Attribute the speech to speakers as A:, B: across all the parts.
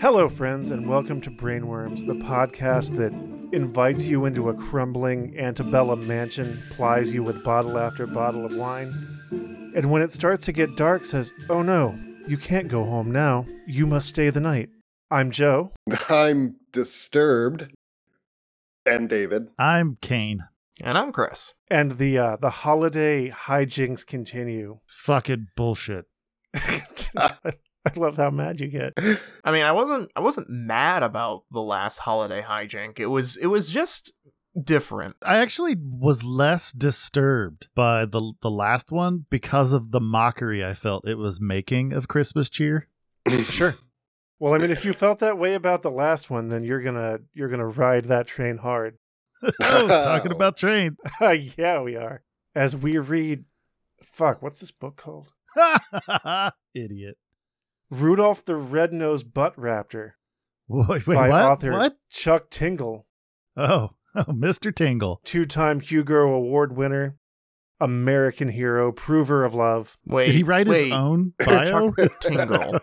A: Hello, friends, and welcome to Brainworms, the podcast that invites you into a crumbling antebellum mansion, plies you with bottle after bottle of wine, and when it starts to get dark, says, Oh no, you can't go home now. You must stay the night. I'm Joe.
B: I'm disturbed. And David.
C: I'm Kane.
D: And I'm Chris.
A: And the uh, the holiday hijinks continue.
C: Fucking bullshit.
A: I love how mad you get.
D: I mean, I wasn't I wasn't mad about the last holiday hijink. It was it was just different.
C: I actually was less disturbed by the the last one because of the mockery I felt it was making of Christmas cheer.
A: sure. Well, I mean, if you felt that way about the last one, then you're gonna you're gonna ride that train hard.
C: oh, talking about train.
A: yeah, we are. As we read, fuck, what's this book called?
C: Idiot.
A: Rudolph the Red-Nosed Butt Raptor
C: Wait, wait
A: by
C: what?
A: author
C: What?
A: Chuck Tingle,
C: Oh, oh, Mr. Tingle.
A: two-time Hugo Award winner, American hero, prover of love.
D: Wait,
C: Did he write
D: wait,
C: his own bio?
D: Chuck Tingle.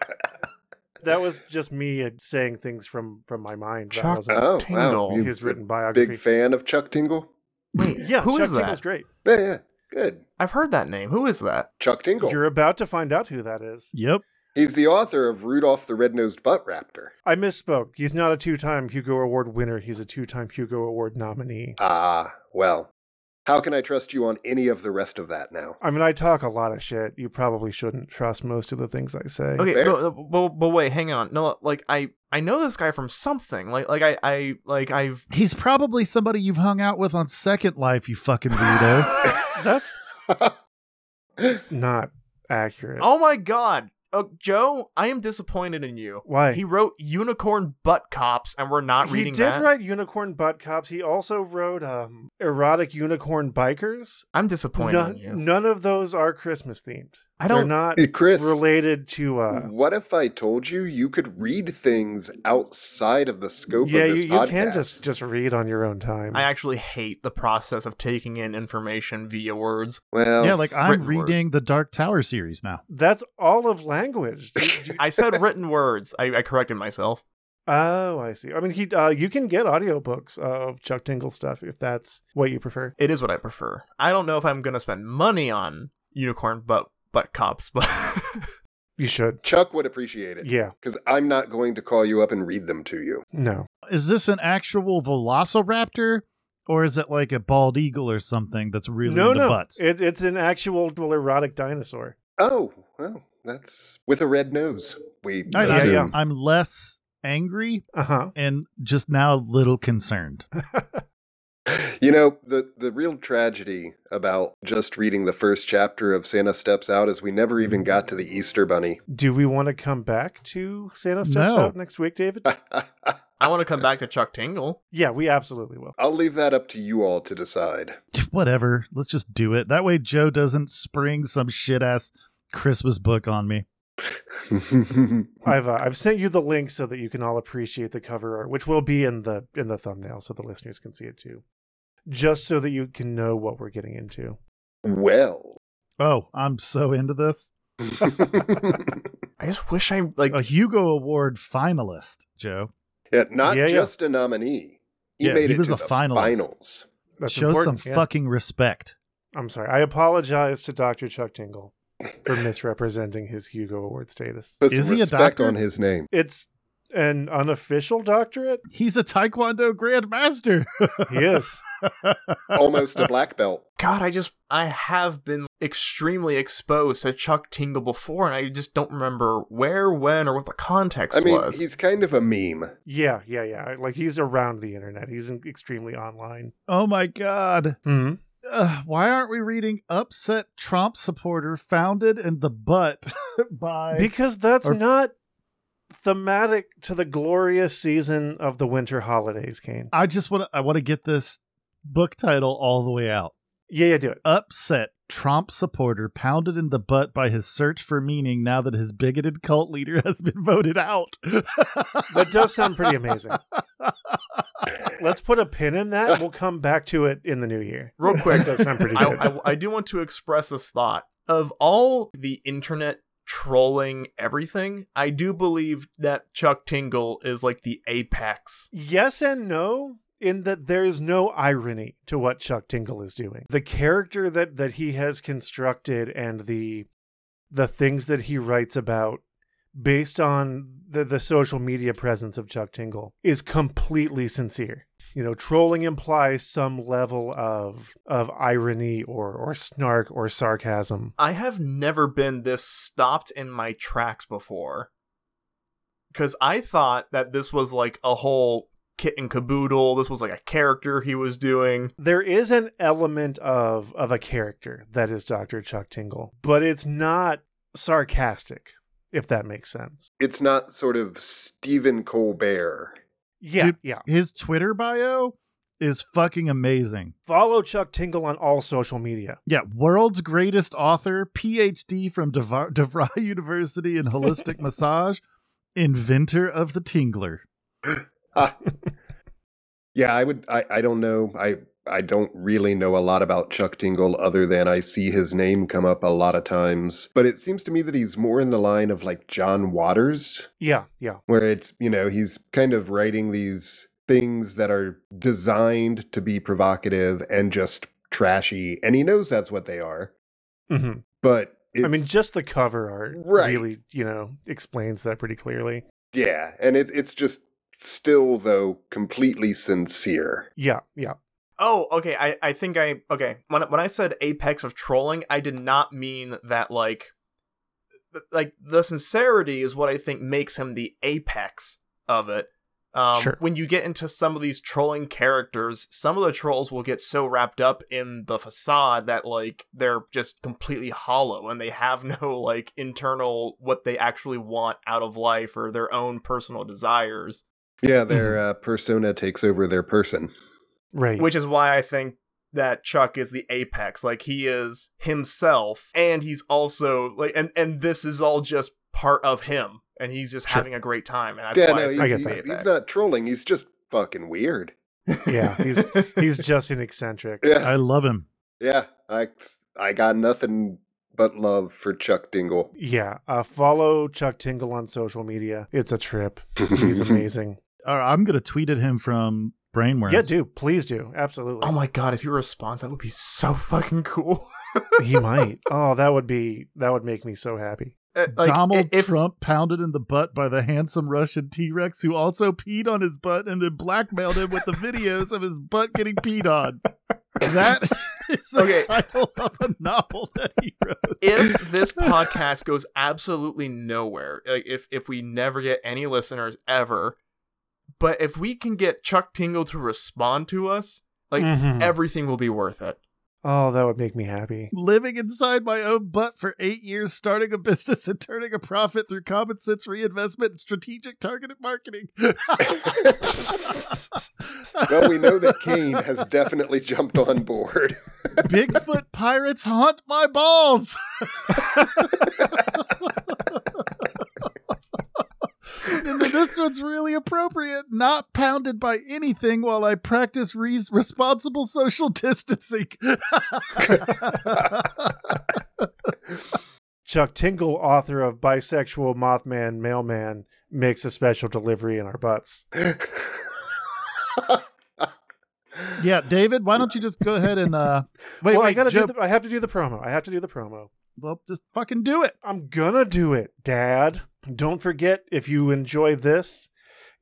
A: That was just me uh, saying things from from my mind. That
D: Chuck-
A: wasn't
B: Oh,
D: Tingle.
B: wow.
A: his written biography.
B: big fan of Chuck Tingle?
D: Wait,
A: Yeah,
D: who
A: Chuck
D: is that?
A: Tingle's great.
B: Yeah, yeah. Good.
D: I've heard that name. Who is that?
B: Chuck Tingle.
A: You're about to find out who that is.
C: Yep.
B: He's the author of Rudolph the Red-Nosed Butt Raptor.
A: I misspoke. He's not a two-time Hugo Award winner. He's a two-time Hugo Award nominee.
B: Ah, well. How can I trust you on any of the rest of that now?
A: I mean, I talk a lot of shit. You probably shouldn't trust most of the things I say.
D: Okay,
B: Fair.
D: but, but, but wait, hang on. No, like I I know this guy from something. Like like I I like I've
C: He's probably somebody you've hung out with on Second Life, you fucking weirdo.
A: That's not accurate.
D: Oh my god. Oh, Joe, I am disappointed in you.
A: Why?
D: He wrote Unicorn Butt Cops and we're not
A: he
D: reading
A: did
D: that.
A: write Unicorn Butt Cops. He also wrote um, Erotic Unicorn Bikers.
D: I'm disappointed in
A: None,
D: you.
A: none of those are Christmas themed.
D: I don't
A: They're not
B: Chris,
A: related to. Uh,
B: what if I told you you could read things outside of the scope
A: yeah,
B: of this
A: you, you
B: podcast?
A: can just just read on your own time.
D: I actually hate the process of taking in information via words.
B: Well,
C: yeah, like I'm
D: Oh, written words.
C: reading the Dark Tower series now.
A: That's all of language. Do- do-
D: I said written words. I, I corrected myself.
A: oh, I see. I mean, he uh, you can get audiobooks uh, of Chuck Tingle stuff if that's what you prefer.
D: It is what I prefer. I don't know if I'm gonna spend money on unicorn butt butt cops, but
A: You should.
B: Chuck would appreciate it.
A: Yeah.
B: Because I'm not going to call you up and read them to you.
A: No.
C: Is this an actual Velociraptor? Or is it like a bald eagle or something that's really
A: no,
C: into
A: no.
C: butts?
A: It, it's an actual well, erotic dinosaur.
B: Oh, well, that's with a red nose. We
C: I,
A: Yeah,
C: I,
B: assume.
A: yeah.
C: I'm less angry
A: Uh huh.
C: and just now a little concerned.
B: You know, the, the real tragedy about just reading the first chapter of Santa Steps Out is we never even got to the Easter Bunny.
A: Do we want to come back to Santa Steps
C: No.
A: Out next week, David?
D: I want to come back to Chuck Tingle.
A: yeah, we absolutely will.
B: I'll leave that up to you all to decide.
C: Whatever. Let's just do it. That way Joe doesn't spring some shit ass Christmas book on me. Hmm.
A: I've uh, I've sent you the link so that you can all appreciate the cover art, which will be in the in the thumbnail, so the listeners can see it too. Just so that you can know what we're getting into.
B: well,
C: Oh, I'm so into this.
D: I just wish I like.
C: A Hugo Award finalist, Joe.
B: yeah, not
A: Yeah, yeah.
B: just a nominee. He
C: Yeah,
B: made
C: he
B: it
C: was
B: to
C: a
B: the
C: finalist.
B: finals.
A: That's
C: Show some
A: important. yeah.
C: fucking respect.
A: I'm sorry. I apologize to Dr. Chuck Tingle for misrepresenting his Hugo Award status.
B: Put
C: Is
B: some
C: he a
B: respect
C: doctor?
B: on his name.
A: It's an unofficial doctorate.
C: He's a Taekwondo Grandmaster.
A: Yes.
B: Almost a black belt.
D: God, I just I have been extremely exposed to Chuck Tingle before, and I just don't remember where, when, or what the context
B: I mean,
D: was.
B: he's kind of a meme.
A: yeah, yeah, yeah. Like he's around the internet. He's in- extremely online.
C: oh my God.
A: Hmm.
C: Ugh, why aren't we reading Upset Trump Supporter Founded in the Butt by.
A: Because that's
C: Or-
A: not thematic to the glorious season of the winter holidays, Kane.
C: I just want to. I want to get this book title all the way out.
A: Yeah, yeah, do it.
C: Upset Trump supporter pounded in the butt by his search for meaning now that his bigoted cult leader has been voted out.
A: That does sound pretty amazing. Let's put a pin in that. We'll come back to it in the new year.
D: Real quick,
A: That does sound pretty
D: I,
A: good.
D: I, I do want to express this thought of all the internet trolling everything, I do believe that Chuck Tingle is like the apex.
A: Yes and no, in that there is no irony to what Chuck Tingle is doing. The character that that he has constructed and the the things that he writes about based on the, the social media presence of Chuck Tingle is completely sincere. You know, trolling implies some level of of irony or or snark or sarcasm.
D: I have never been this stopped in my tracks before. Because I thought that this was like a whole kit and caboodle. This was like a character he was doing.
A: There is an element of of a character that is Dr. Chuck Tingle, but it's not sarcastic, if that makes sense.
B: It's not sort of Stephen Colbert.
A: Yeah,
C: Dude,
A: yeah.
C: His Twitter bio is fucking amazing.
A: Follow Chuck Tingle on all social media.
C: Yeah, world's greatest author, PhD from DeVar- DeVry University in holistic massage, inventor of the tingler.
B: Yeah, I would. I, I don't know. I I don't really know a lot about Chuck Tingle other than I see his name come up a lot of times. But it seems to me that he's more in the line of like John Waters,
A: Yeah, yeah.
B: where it's you know he's kind of writing these things that are designed to be provocative and just trashy, and he knows that's what they are.
A: hmm
B: But it's,
A: I mean, just the cover art
B: Right.
A: really, you know, explains that pretty clearly.
B: yeah, and it, it's just still though completely sincere.
A: Yeah, yeah.
D: Oh, okay. I, I think I okay. When when I said apex of trolling, I did not mean that like th- like the sincerity is what I think makes him the apex of it. Um,
A: Sure.
D: When you get into some of these trolling characters, some of the trolls will get so wrapped up in the facade that like they're just completely hollow and they have no like internal what they actually want out of life or their own personal desires.
B: Yeah, their
A: Mm-hmm.
B: uh, persona takes over their person.
A: Right.
D: which is why I think that Chuck is the apex. Like he is himself, and he's also like, and and this is all just part of him, and he's just
A: Sure.
D: having a great time. And that's
B: yeah,
D: why
B: no,
D: I
B: he's,
A: get
D: think
B: he's,
D: the
A: that.
D: apex.
B: he's not trolling. He's just fucking weird.
A: yeah, he's he's just an eccentric.
B: Yeah,
C: I love him.
B: yeah. I I got nothing but love for Chuck Dingle.
A: Yeah, uh, follow Chuck Tingle on social media. It's a trip. He's amazing.
C: All right, Uh, I'm going to tweet at him from Brainworms.
A: yeah, do please do absolutely.
D: Oh my god! If you response, that would be so fucking cool.
A: he might. Oh, that would be that would make me so happy.
D: Uh, like,
C: Donald
D: i- if,
C: Trump pounded in the butt by the handsome Russian T Rex who also peed on his butt and then blackmailed him with the videos of his butt getting peed on. That is the
D: Okay.
C: title of a novel that he wrote.
D: if this podcast goes absolutely nowhere, like if if we never get any listeners ever, but if we can get Chuck Tingle to respond to us, Like,
A: Mhm.
D: everything will be worth it.
A: oh, that would make me happy.
C: Living inside my own butt for eight years, starting a business and turning a profit through common sense reinvestment and strategic targeted marketing.
B: well, we know that Kane has definitely jumped on board.
C: Bigfoot pirates haunt my balls. and then this one's really appropriate. Not pounded by anything while I practice re- responsible social distancing.
A: Chuck Tingle, author of Bisexual Mothman Mailman, makes a special delivery in our butts.
C: yeah, David, why don't you just go ahead and uh, wait?
A: well,
C: wait,
A: I gotta
C: Joe,
A: do the, I have to do the promo. I have to do the promo.
C: well, just fucking do it.
A: I'm gonna do it, Dad. Don't forget, if you enjoy this,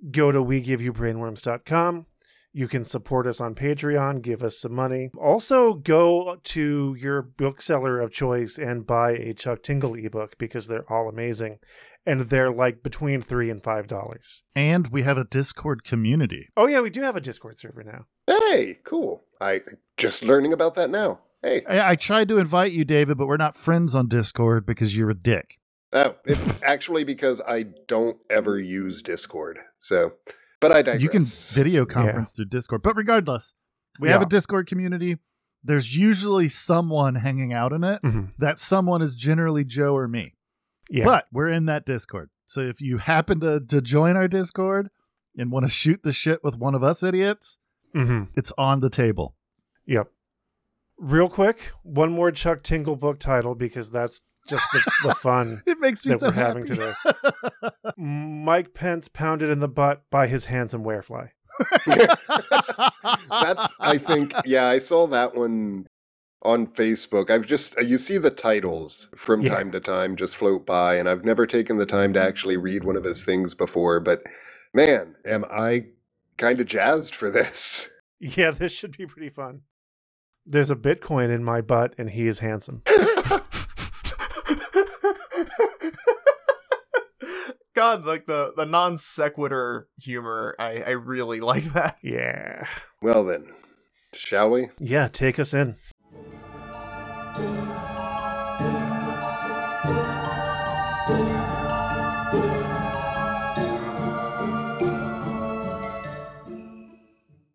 A: go to wegiveyoubrainworms.com. You can support us on Patreon, give us some money. Also, go to your bookseller of choice and buy a Chuck Tingle ebook because they're all amazing. And they're like between three and five dollars.
C: And we have a Discord community.
A: Oh, yeah, we do have a Discord server now.
B: hey, cool. I just learning about that now. Hey,
C: I, I tried to invite you, David, but we're not friends on Discord because you're a dick.
B: oh, it's actually because I don't ever use Discord. So, but I digress.
C: You can video conference through Discord. But regardless, we have a
A: Yeah.
C: Discord community. There's usually someone hanging out in it.
A: Mhm.
C: That someone is generally Joe or me.
A: Yeah.
C: But we're in that Discord. So if you happen to, to join our Discord and want to shoot the shit with one of us idiots,
A: Mhm.
C: it's on the table.
A: Yep. Real quick, one more Chuck Tingle book title because that's just the, the fun
C: It makes me
A: that
C: so
A: we're
C: happy.
A: having today. Mike Pence pounded in the butt by his handsome werefly.
B: That's I think yeah, I saw that one on Facebook. I've just uh, you see the titles from
A: Yeah.
B: time to time just float by and I've never taken the time to actually read one of his things before, but man, am I kind of jazzed for this.
A: Yeah, this should be pretty fun. There's a Bitcoin in my butt, and he is handsome.
D: God, like the, the non sequitur humor, I, I really like that.
A: Yeah.
B: Well then, shall we?
A: Yeah, take us in.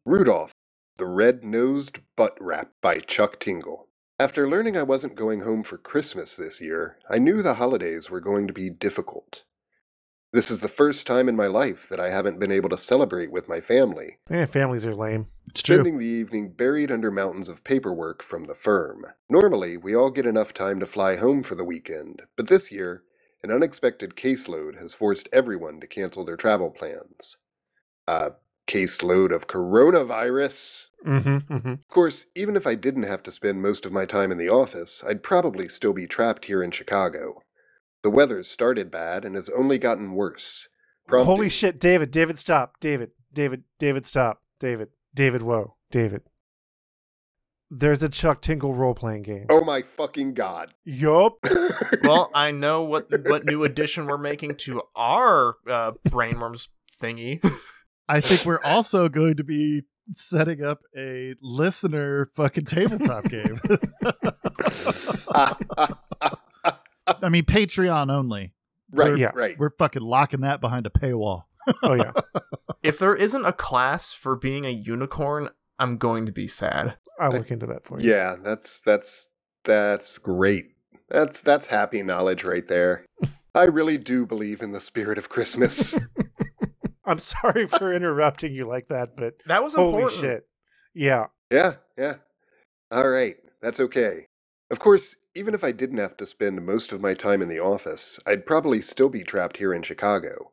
B: Rudolph, the Red Nosed Butt Rap by Chuck Tingle. After learning I wasn't going home for Christmas this year, I knew the holidays were going to be difficult. This is the first time in my life that I haven't been able to celebrate with my family,
A: Eh, families are lame.
C: It's
B: spending the evening buried under mountains of paperwork from the firm. Normally, we all get enough time to fly home for the weekend, but this year, an unexpected caseload has forced everyone to cancel their travel plans. A caseload of coronavirus.
A: Mm-hmm, mm-hmm.
B: Of course, even if I didn't have to spend most of my time in the office, I'd probably still be trapped here in Chicago. The weather's started bad and has only gotten worse. prompting-
A: Holy shit, David, David, stop. David, David, David, stop. David, David, whoa, David. There's a Chuck Tingle role playing game.
B: Oh my fucking god.
A: Yup.
D: Well, I know what, what new addition we're making to our uh, brainworms thingy.
C: I think we're also going to be setting up a listener fucking tabletop game. I mean, Patreon only.
B: right,
A: Yeah.
B: right.
C: We're fucking locking that behind a paywall.
A: Oh, yeah.
D: If there isn't a class for being a unicorn, I'm going to be sad.
A: I'll look into that for you.
B: Yeah, that's that's that's great. That's that's happy knowledge right there. I really do believe in the spirit of Christmas.
A: I'm sorry for interrupting you like that, but
D: That was
A: holy
D: important.
A: shit. Yeah.
B: Yeah, yeah. All right, that's okay. Of course, even if I didn't have to spend most of my time in the office, I'd probably still be trapped here in Chicago.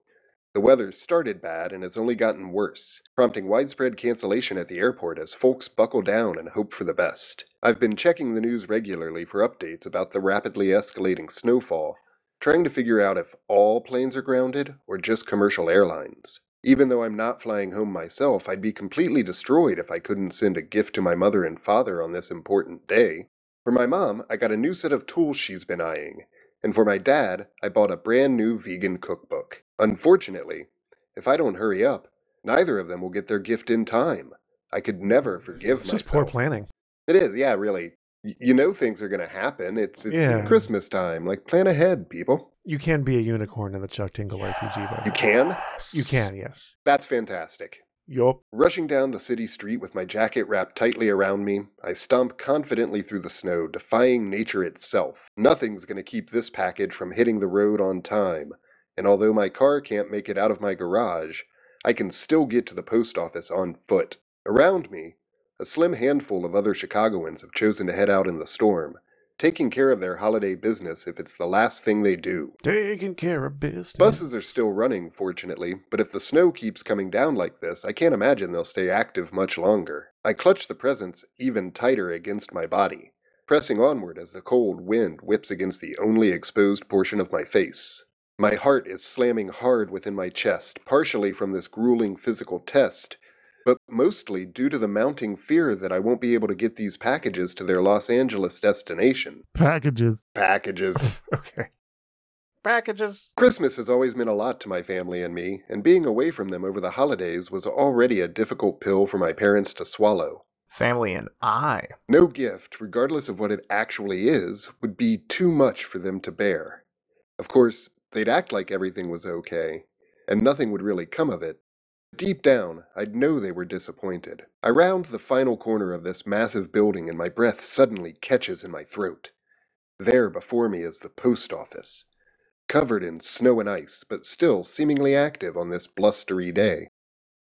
B: The weather started bad and has only gotten worse, prompting widespread cancellation at the airport as folks buckle down and hope for the best. I've been checking the news regularly for updates about the rapidly escalating snowfall, trying to figure out if all planes are grounded or just commercial airlines. Even though I'm not flying home myself, I'd be completely destroyed if I couldn't send a gift to my mother and father on this important day. For my mom, I got a new set of tools she's been eyeing, and for my dad, I bought a brand new vegan cookbook. Unfortunately, if I don't hurry up, neither of them will get their gift in time. I could never forgive
A: It's
B: myself.
A: just poor planning.
B: It is, yeah, really. Y- You know things are going to happen. It's it's
A: Yeah.
B: Christmas time. Like plan ahead, people.
A: You can be a unicorn in the Chuck Tingle RPG,
B: You
A: though.
B: can.
A: You can, yes.
B: That's fantastic.
A: Yup.
B: Rushing down the city street with my jacket wrapped tightly around me, I stomp confidently through the snow, defying nature itself. Nothing's going to keep this package from hitting the road on time, and although my car can't make it out of my garage, I can still get to the post office on foot. Around me, a slim handful of other Chicagoans have chosen to head out in the storm, taking care of their holiday business if it's the last thing they do.
A: Taking care of business.
B: Buses are still running, fortunately, but if the snow keeps coming down like this, I can't imagine they'll stay active much longer. I clutch the presents even tighter against my body, pressing onward as the cold wind whips against the only exposed portion of my face. My heart is slamming hard within my chest, partially from this grueling physical test, but mostly due to the mounting fear that I won't be able to get these packages to their Los Angeles destination.
C: Packages.
B: Packages.
A: Okay. Packages.
B: Christmas has always meant a lot to my family and me, and being away from them over the holidays was already a difficult pill for my parents to swallow.
D: Family and I.
B: No gift, regardless of what it actually is, would be too much for them to bear. Of course, they'd act like everything was okay, and nothing would really come of it. Deep down, I'd know they were disappointed. I round the final corner of this massive building, and my breath suddenly catches in my throat. There before me is the post office, covered in snow and ice, but still seemingly active on this blustery day.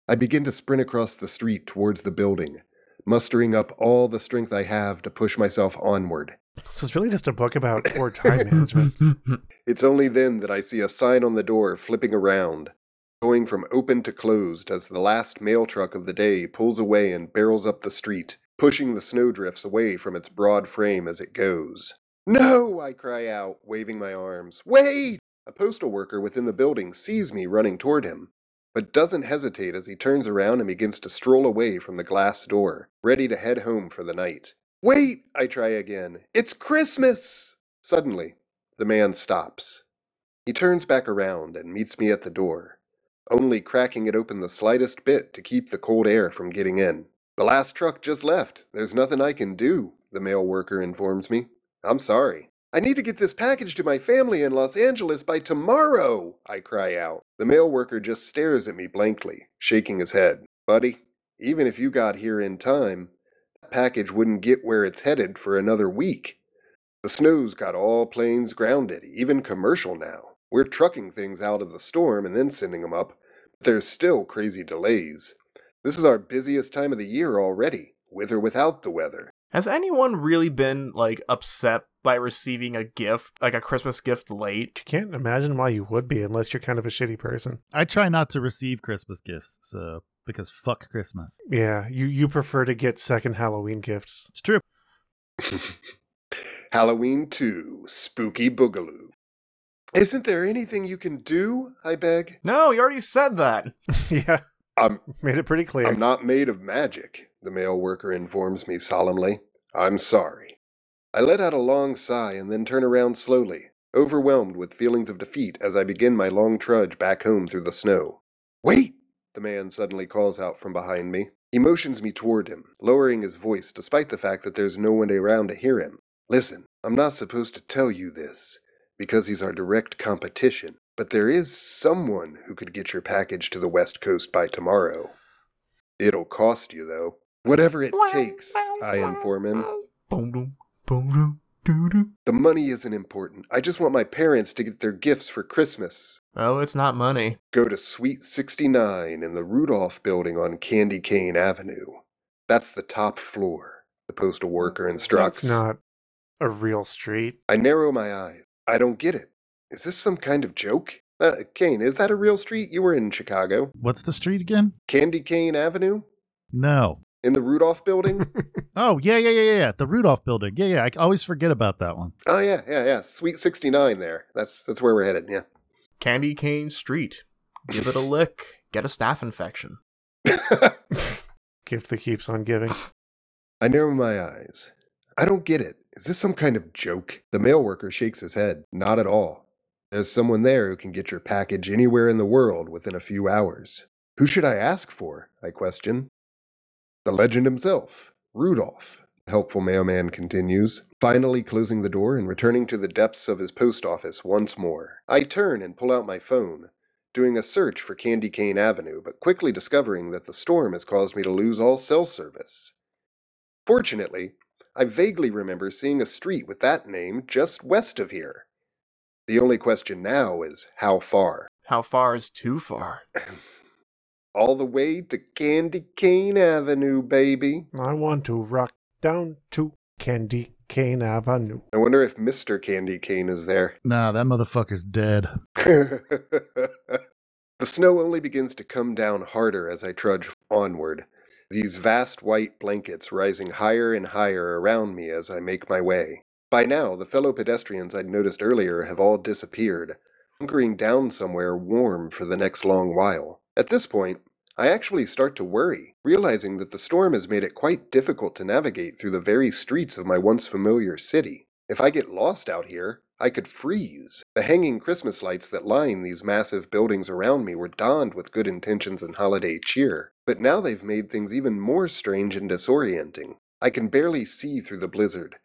B: I begin to sprint across the street towards the building, mustering up all the strength I have to push myself onward.
A: So it's really just a book about poor time management.
B: It's only then that I see a sign on the door flipping around, going from open to closed as the last mail truck of the day pulls away and barrels up the street, pushing the snowdrifts away from its broad frame as it goes. No! I cry out, waving my arms. Wait! A postal worker within the building sees me running toward him, but doesn't hesitate as he turns around and begins to stroll away from the glass door, ready to head home for the night. Wait! I try again. It's Christmas! Suddenly, the man stops. He turns back around and meets me at the door, only cracking it open the slightest bit to keep the cold air from getting in. The last truck just left. There's nothing I can do, the mail worker informs me. I'm sorry. I need to get this package to my family in Los Angeles by tomorrow, I cry out. The mail worker just stares at me blankly, shaking his head. Buddy, even if you got here in time, that package wouldn't get where it's headed for another week. The snow's got all planes grounded, even commercial now. We're trucking things out of the storm and then sending 'em up, but there's still crazy delays. This is our busiest time of the year already, with or without the weather.
D: Has anyone really been like upset by receiving a gift, like a Christmas gift late?
A: You can't imagine why you would be unless you're kind of a shitty person.
C: I try not to receive Christmas gifts, so because fuck Christmas.
A: Yeah, you, you prefer to get second Halloween gifts.
C: It's true.
B: Halloween 2 Spooky Boogaloo. Isn't there anything you can do? I beg.
D: No, you already said that.
A: yeah,
B: I'm,
A: made it pretty clear.
B: I'm not made of magic, the mail worker informs me solemnly. I'm sorry. I let out a long sigh and then turn around slowly, overwhelmed with feelings of defeat as I begin my long trudge back home through the snow. Wait! The man suddenly calls out from behind me. He motions me toward him, lowering his voice despite the fact that there's no one around to hear him. Listen, I'm not supposed to tell you this because he's our direct competition, but there is someone who could get your package to the West Coast by tomorrow. It'll cost you, though. Whatever it takes, I inform him.
D: Boom, boom, boom, boom, doo, doo.
B: The money isn't important. I just want my parents to get their gifts for Christmas.
D: Oh, it's not money.
B: Go to Suite 69 in the Rudolph building on Candy Cane Avenue. That's the top floor, the postal worker instructs.
A: That's not a real street.
B: I narrow my eyes. I don't get it. Is this some kind of joke? Uh, Kane, is that a real street? You were in Chicago.
C: What's the street again?
B: Candy Cane Avenue?
C: No.
B: In the Rudolph building?
C: Oh yeah, yeah, yeah, yeah, yeah. The Rudolph building. Yeah, yeah. I always forget about that one.
B: oh, yeah, yeah, yeah. Suite 69 there. That's that's where we're headed, yeah.
D: Candy cane street. Give it a lick. Get a staph infection.
A: Gift that keeps on giving.
B: I narrow my eyes. I don't get it. Is this some kind of joke? The mail worker shakes his head. Not at all. There's someone there who can get your package anywhere in the world within a few hours. Who should I ask for? I question. The legend himself, Rudolph. The helpful mailman continues, finally closing the door and returning to the depths of his post office once more. I turn and pull out my phone, doing a search for Candy Cane Avenue, but quickly discovering that the storm has caused me to lose all cell service. Fortunately, I vaguely remember seeing a street with that name just west of here. The only question now is how far?
D: How far is too far?
B: All the way to Candy Cane Avenue, baby.
A: I want to rock down to Candy Cane Avenue.
B: I wonder if Mr. Candy Cane is there.
C: Nah, that motherfucker's dead.
B: the snow only begins to come down harder as I trudge onward, these vast white blankets rising higher and higher around me as I make my way. By now, the fellow pedestrians I'd noticed earlier have all disappeared, hunkering down somewhere warm for the next long while. At this point, I actually start to worry, realizing that the storm has made it quite difficult to navigate through the very streets of my once familiar city. If I get lost out here, I could freeze. The hanging Christmas lights that line these massive buildings around me were donned with good intentions and holiday cheer, but now they've made things even more strange and disorienting. I can barely see through the blizzard,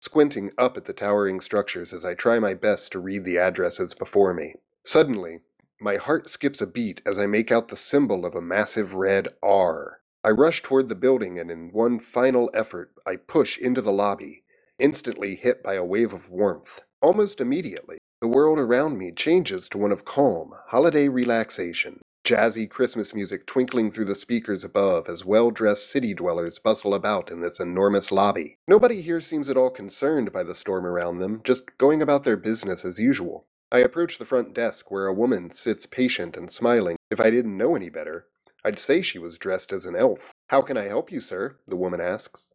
B: squinting up at the towering structures as I try my best to read the addresses before me. Suddenly, my heart skips a beat as I make out the symbol of a massive red R. I rush toward the building and, in one final effort, I push into the lobby, instantly hit by a wave of warmth. Almost immediately, the world around me changes to one of calm, holiday relaxation. Jazzy Christmas music twinkling through the speakers above as well dressed city dwellers bustle about in this enormous lobby. Nobody here seems at all concerned by the storm around them, just going about their business as usual. I approach the front desk where a woman sits patient and smiling. If I didn't know any better, I'd say she was dressed as an elf. How can I help you, sir? the woman asks.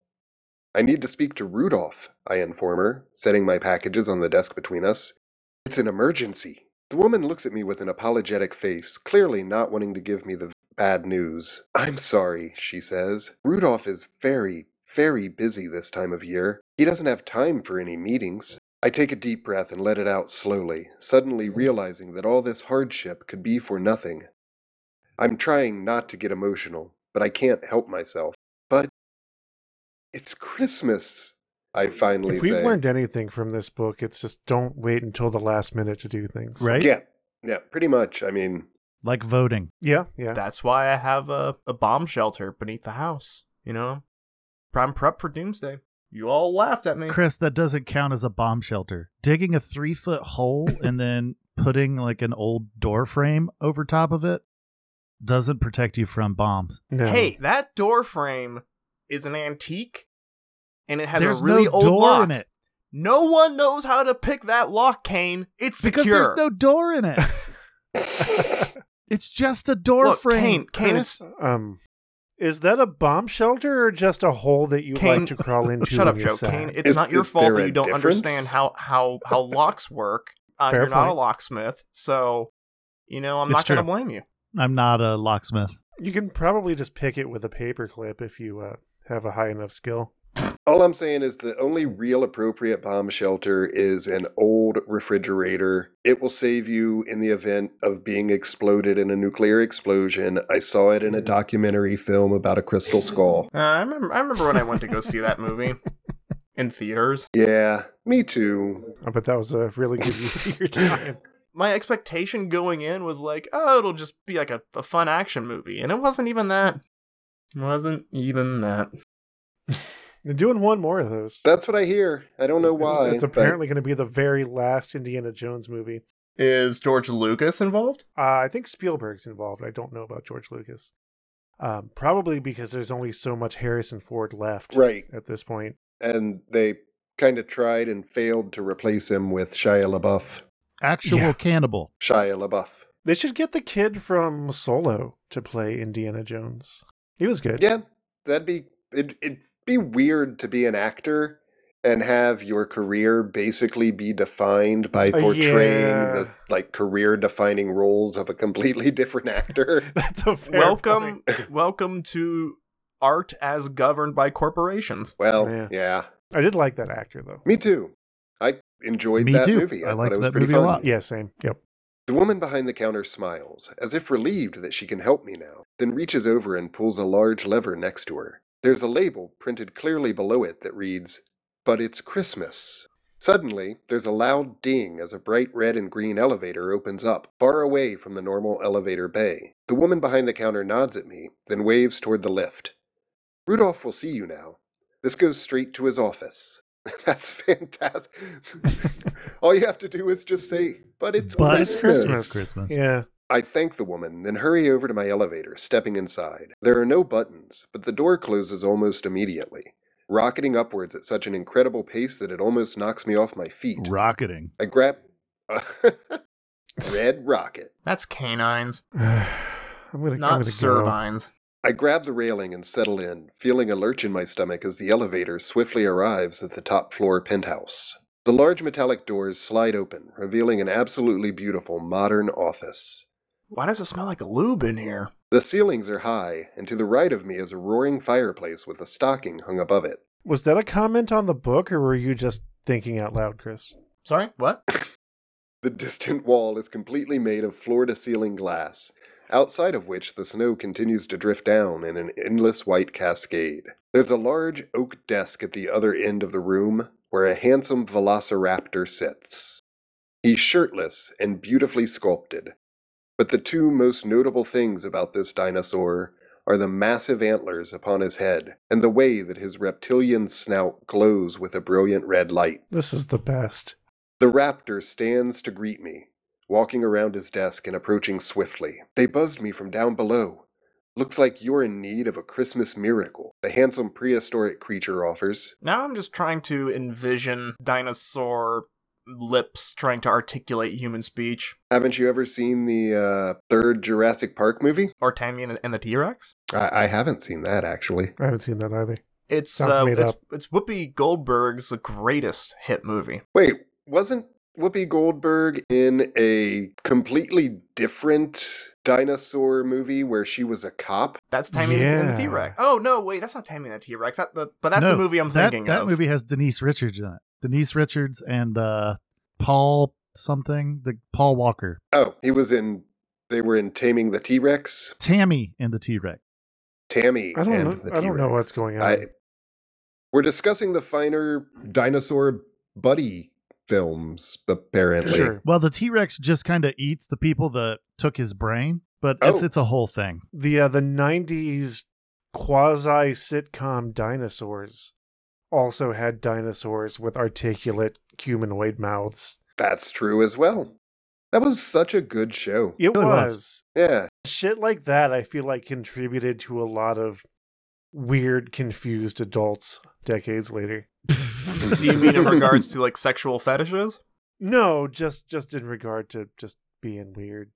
B: I need to speak to Rudolph, I inform her, setting my packages on the desk between us. It's an emergency. The woman looks at me with an apologetic face, clearly not wanting to give me the bad news. I'm sorry, she says. Rudolph is very, very busy this time of year. He doesn't have time for any meetings. I take a deep breath and let it out slowly, suddenly realizing that all this hardship could be for nothing. I'm trying not to get emotional, but I can't help myself. But it's Christmas, I finally
A: If we've
B: say.
A: learned anything from this book, it's just don't wait until the last minute to do things.
C: right?
B: Yeah, yeah, pretty much. I mean,
C: Like voting.
A: Yeah, yeah.
D: That's why I have a, a bomb shelter beneath the house. You know, I'm prepped for doomsday. You all laughed at me.
C: Chris, that doesn't count as a bomb shelter. Digging a three foot hole and then putting like an old door frame over top of it doesn't protect you from bombs.
A: no.
D: Hey, that door frame is an antique, and it has
C: there's
D: a really
C: no
D: old
C: door
D: lock.
C: in it
D: No one knows how to pick that lock, Kane. It's
C: because
D: secure.
C: there's no door in it. it's just a door
D: Look,
C: frame.
D: Kane, Kane,
C: Chris.
D: it's
A: Um, is that a bomb shelter or just a hole that you
D: Kane-
A: like to crawl into?
D: Shut up,
A: when you're
D: Joe.
A: sad?
D: Kane, it's
B: Is-
D: not your
B: is
D: fault
B: there
D: that
B: a
D: you don't
B: difference?
D: understand how how how locks work. Uh,
A: Fair
D: you're not a
A: point.
D: locksmith, so you know I'm
C: It's
D: not going to
C: true.
D: blame you.
C: I'm not a locksmith.
A: You can probably just pick it with a paperclip if you uh, have a high enough skill.
B: All I'm saying is the only real appropriate bomb shelter is an old refrigerator. It will save you in the event of being exploded in a nuclear explosion. I saw it
A: Mm-hmm.
B: in a documentary film about a crystal skull.
D: Uh, I remember. I remember when I went to go see that movie in theaters.
B: Yeah, me too.
A: Uh, But that was a really good use of your time.
D: My expectation going in was like, oh, it'll just be like a, a fun action movie, and it wasn't even that. Wasn't even that.
A: You're doing one more of those.
B: That's what I hear. I don't know
A: It's-
B: why.
A: It's,
B: but
A: apparently going to be the very last Indiana Jones movie.
D: Is George Lucas involved?
A: Uh, I think Spielberg's involved. I don't know about George Lucas. Um, probably because there's only so much Harrison Ford left
B: Right.
A: at this point.
B: And they kind of tried and failed to replace him with Shia LaBeouf.
C: Actual
A: Yeah.
C: cannibal.
B: Shia LaBeouf.
A: They should get the kid from Solo to play Indiana Jones. He was good.
B: Yeah, that'd be it. It'd be weird to be an actor and have your career basically be defined by
A: Uh,
B: portraying
A: yeah.
B: the like career defining roles of a completely different actor.
A: That's a fair point.
D: welcome, welcome to art as governed by corporations.
B: Well,
A: Yeah.
B: yeah.
A: I did like that actor though.
B: me too. I enjoyed
C: Me
B: that
C: too.
B: movie.
C: I
B: I, thought
C: liked
B: it was
C: that
B: pretty
C: movie a
B: fun.
C: lot.
A: Yeah, same. Yep.
B: The woman behind the counter smiles, as if relieved that she can help me now, then reaches over and pulls a large lever next to her. There's a label printed clearly below it that reads, But it's Christmas. Suddenly, there's a loud ding as a bright red and green elevator opens up, far away from the normal elevator bay. The woman behind the counter nods at me, then waves toward the lift. Rudolph will see you now. This goes straight to his office. That's fantastic. All you have to do is just say, but it's
C: But
A: It's
C: It's
A: Christmas.
C: Christmas.
A: Yeah.
B: I thank the woman, then hurry over to my elevator, stepping inside. There are no buttons, but the door closes almost immediately, rocketing upwards at such an incredible pace that it almost knocks me off my feet.
C: Rocketing.
B: I grab Red Rocket.
D: That's canines,
A: I'm gonna I'm
D: not
A: gonna
D: servines.
B: I grab the railing and settle in, feeling a lurch in my stomach as the elevator swiftly arrives at the top floor penthouse. The large metallic doors slide open, revealing an absolutely beautiful modern office.
D: Why does it smell like a lube in here?
B: The ceilings are high, and to the right of me is a roaring fireplace with a stocking hung above it.
A: Go. Was that a comment on the book or were you just thinking out loud, Chris?
D: Sorry, what?
B: The distant wall is completely made of floor to ceiling glass, outside of which the snow continues to drift down in an endless white cascade. There's a large oak desk at the other end of the room where a handsome velociraptor sits. He's shirtless and beautifully sculpted, but the two most notable things about this dinosaur are the massive antlers upon his head and the way that his reptilian snout glows with a brilliant red light.
A: This is the best.
B: The raptor stands to greet me, walking around his desk and approaching swiftly. They buzzed me from down below. Looks like you're in need of a Christmas miracle, the handsome prehistoric creature offers.
D: Now I'm just trying to envision dinosaur lips trying to articulate human speech.
B: Haven't you ever seen the uh, third Jurassic Park movie?
D: Artamian and the T Rex?
B: I-, I haven't seen that, actually.
A: I haven't seen that either.
D: It's
A: Sounds
D: uh,
A: made
D: it's,
A: up.
D: it's Whoopi Goldberg's greatest hit movie.
B: Wait, wasn't Whoopi Goldberg in a completely different dinosaur movie where she was a cop?
D: That's Tammy and the
A: Yeah.
D: T Rex. Oh no, wait, that's not Tammy and the T Rex. That, the, but that's
C: No,
D: the movie I'm
C: that,
D: thinking
C: that
D: of.
C: movie has Denise Richards in it. Denise Richards and uh, Paul something, the Paul Walker,
B: Oh, he was in. They were in Taming the T Rex,
C: Tammy and the T Rex.
B: Tammy,
A: I
B: and
A: don't.
B: the
A: Know, I don't know
B: T-Rex.
A: what's going on.
B: I, we're discussing the finer dinosaur buddy films, apparently.
A: sure.
C: Well, the T Rex just kind of eats the people that took his brain, but it's
B: Oh.
C: it's a whole thing.
A: the uh, the '90s quasi sitcom dinosaurs also had dinosaurs with articulate humanoid mouths.
B: That's true as well. That was such a good show.
A: It
C: Really was.
A: was
B: Yeah.
A: shit like that. I feel like contributed to a lot of weird, confused adults decades later.
D: Do you mean in regards to like sexual fetishes?
A: No, just just in regard to just being weird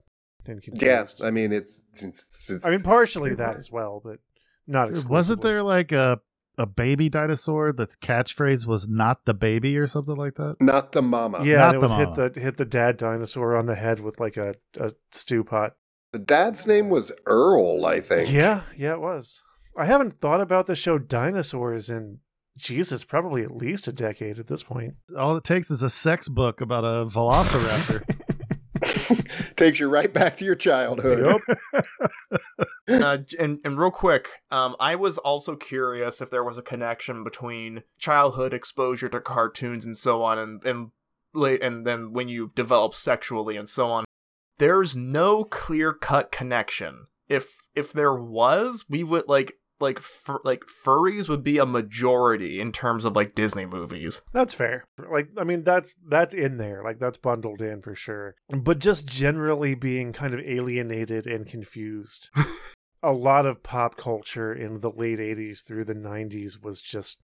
A: and confused.
B: Yes, I mean it's. it's, it's
A: I mean partially that as well, but not exclusively.
C: Wasn't there like a a baby dinosaur that's catchphrase was not the baby or something like that?
B: not the mama.
A: Yeah, and it would
C: Not the
A: hit the hit the dad dinosaur on the head with like a, a stew pot.
B: The dad's name was Earl, I think.
A: Yeah, yeah, it was. I haven't thought about the show Dinosaurs in Jesus, probably at least a decade at this point.
C: All it takes is a sex book about a velociraptor.
B: Takes you right back to your childhood.
D: uh, j- and and real quick, um, I was also curious if there was a connection between childhood exposure to cartoons and so on, and and late, and then when you develop sexually and so on. There's no clear cut connection. If if there was, we would like like fur, like furries would be a majority in terms of like Disney movies.
A: That's fair. Like I mean that's that's in there. Like that's bundled in for sure. But just generally being kind of alienated and confused. a lot of pop culture in the late 80s through the 90s was just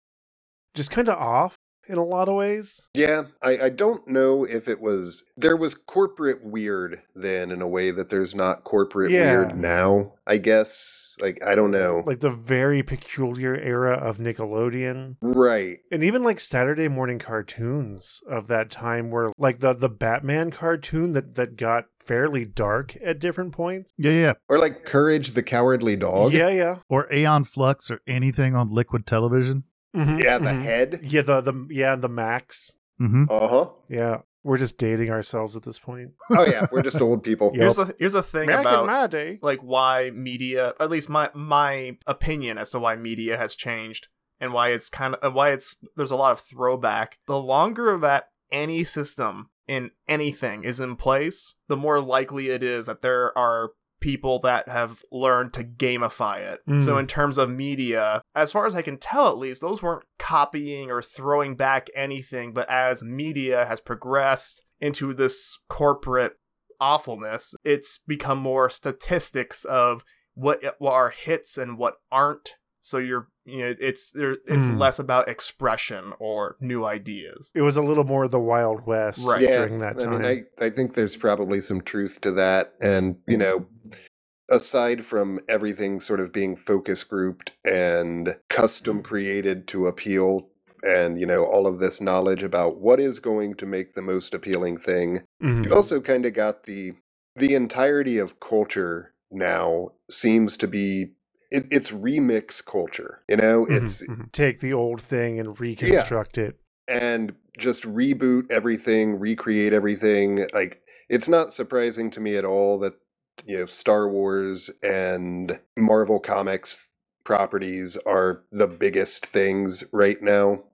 A: just kind of off in a lot of ways.
B: Yeah, I, I don't know if it was there was corporate weird then in a way that there's not corporate
A: Yeah.
B: weird now. I guess like I don't know.
A: Like the very peculiar era of Nickelodeon.
B: right.
A: and even like Saturday morning cartoons of that time were like the the Batman cartoon that that got fairly dark at different points.
C: yeah, yeah.
B: Or like Courage the Cowardly Dog.
A: Yeah, yeah.
C: Or Aeon Flux or anything on liquid television.
A: Mhm,
B: Yeah, the
A: mhm.
B: head.
A: Yeah, the the yeah, the Max.
C: hmm
B: Uh-huh.
A: Yeah. We're just dating ourselves at this point.
B: Oh yeah, we're just old people.
A: Yep.
D: Here's the here's the thing about
A: my day.
D: like why media at least my my opinion as to why media has changed and why it's kind of why it's there's a lot of throwback the longer that any system in anything is in place the more likely it is that there are people that have learned to gamify it
A: Mm.
D: so in terms of media as far as i can tell at least those weren't copying or throwing back anything but as media has progressed into this corporate awfulness. It's become more statistics of what, what are hits and what aren't. So you're, you know, it's there. It's
A: Hmm.
D: less about expression or new ideas.
A: It was a little more the Wild West
D: Right.
B: Yeah,
A: during that
B: I
A: time.
B: mean, I, I think there's probably some truth to that. And, you know, aside from everything sort of being focus grouped and custom created to appeal and, you know, all of this knowledge about what is going to make the most appealing thing,
A: Mhm.
B: you've also kind of got the the entirety of culture now seems to be it, it's remix culture. You know,
A: Mhm,
B: it's
A: mhm. take the old thing and reconstruct it.
B: and just reboot everything, recreate everything. Like it's not surprising to me at all that you know Star Wars and Marvel comics properties are the biggest things right now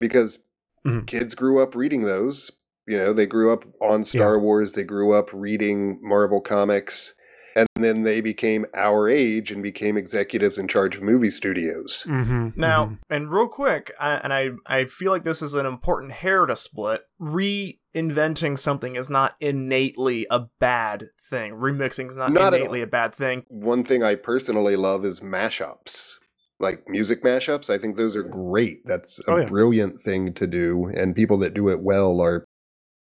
B: because
A: Mhm.
B: kids grew up reading those. You know, they grew up on Star Wars, they grew up reading Marvel comics, and then they became our age and became executives in charge of movie studios.
A: Mhm,
D: Now,
A: mhm.
D: and real quick, I, and I, I feel like this is an important hair to split. Re inventing something is not innately a bad thing. Remixing is not,
B: Not at
D: innately
B: all.
D: a bad thing.
B: One thing I personally love is mashups. Like music mashups, I think those are great. That's a
A: Oh, yeah.
B: brilliant thing to do, and people that do it well are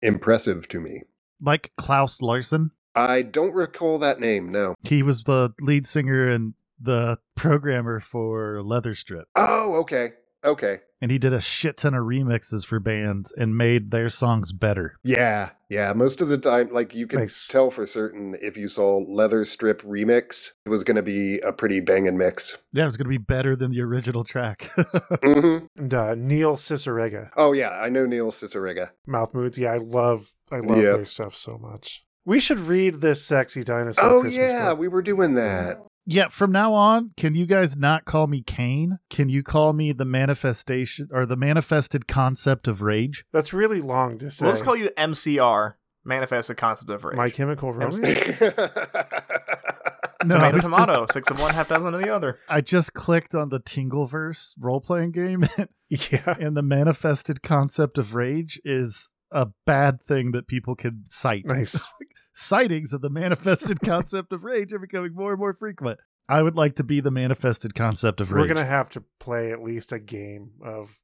B: impressive to me.
C: Like Klaus Larson.
B: I don't recall that name, no.
C: He was the lead singer and the programmer for Leatherstrip.
B: Oh, okay. Okay.
C: And he did a shit ton of remixes for bands and made their songs better.
B: Yeah, yeah. Most of the time, like you can
A: Nice.
B: tell for certain if you saw Leather Strip Remix, it was going to be a pretty banging mix.
C: Yeah, it was going to be better than the original track.
B: hmm
A: And uh, Neil Cicerega,
B: Oh yeah, I know Neil Cicerega.
A: Mouth Moods. Yeah, I love I love
B: Yeah.
A: their stuff so much. We should read this sexy dinosaur.
B: Oh
A: Christmas
B: yeah,
A: book.
B: we were doing that.
C: yeah, from now on, can you guys not call me Kane? Can you call me the manifestation or the manifested concept of rage?
A: That's really long to say.
D: Well, let's call you MCR, Manifest a Concept of Rage.
A: My Chemical Romance.
C: No, I
D: tomato,
C: was just-
D: tomato, six of one, half dozen of the other.
C: I just clicked on the Tingleverse role playing game,
A: yeah,
C: and the manifested concept of rage is a bad thing that people can cite.
A: nice.
C: Sightings of the manifested concept of rage are becoming more and more frequent. I would like to be the manifested concept of rage.
A: We're gonna have to play at least a game of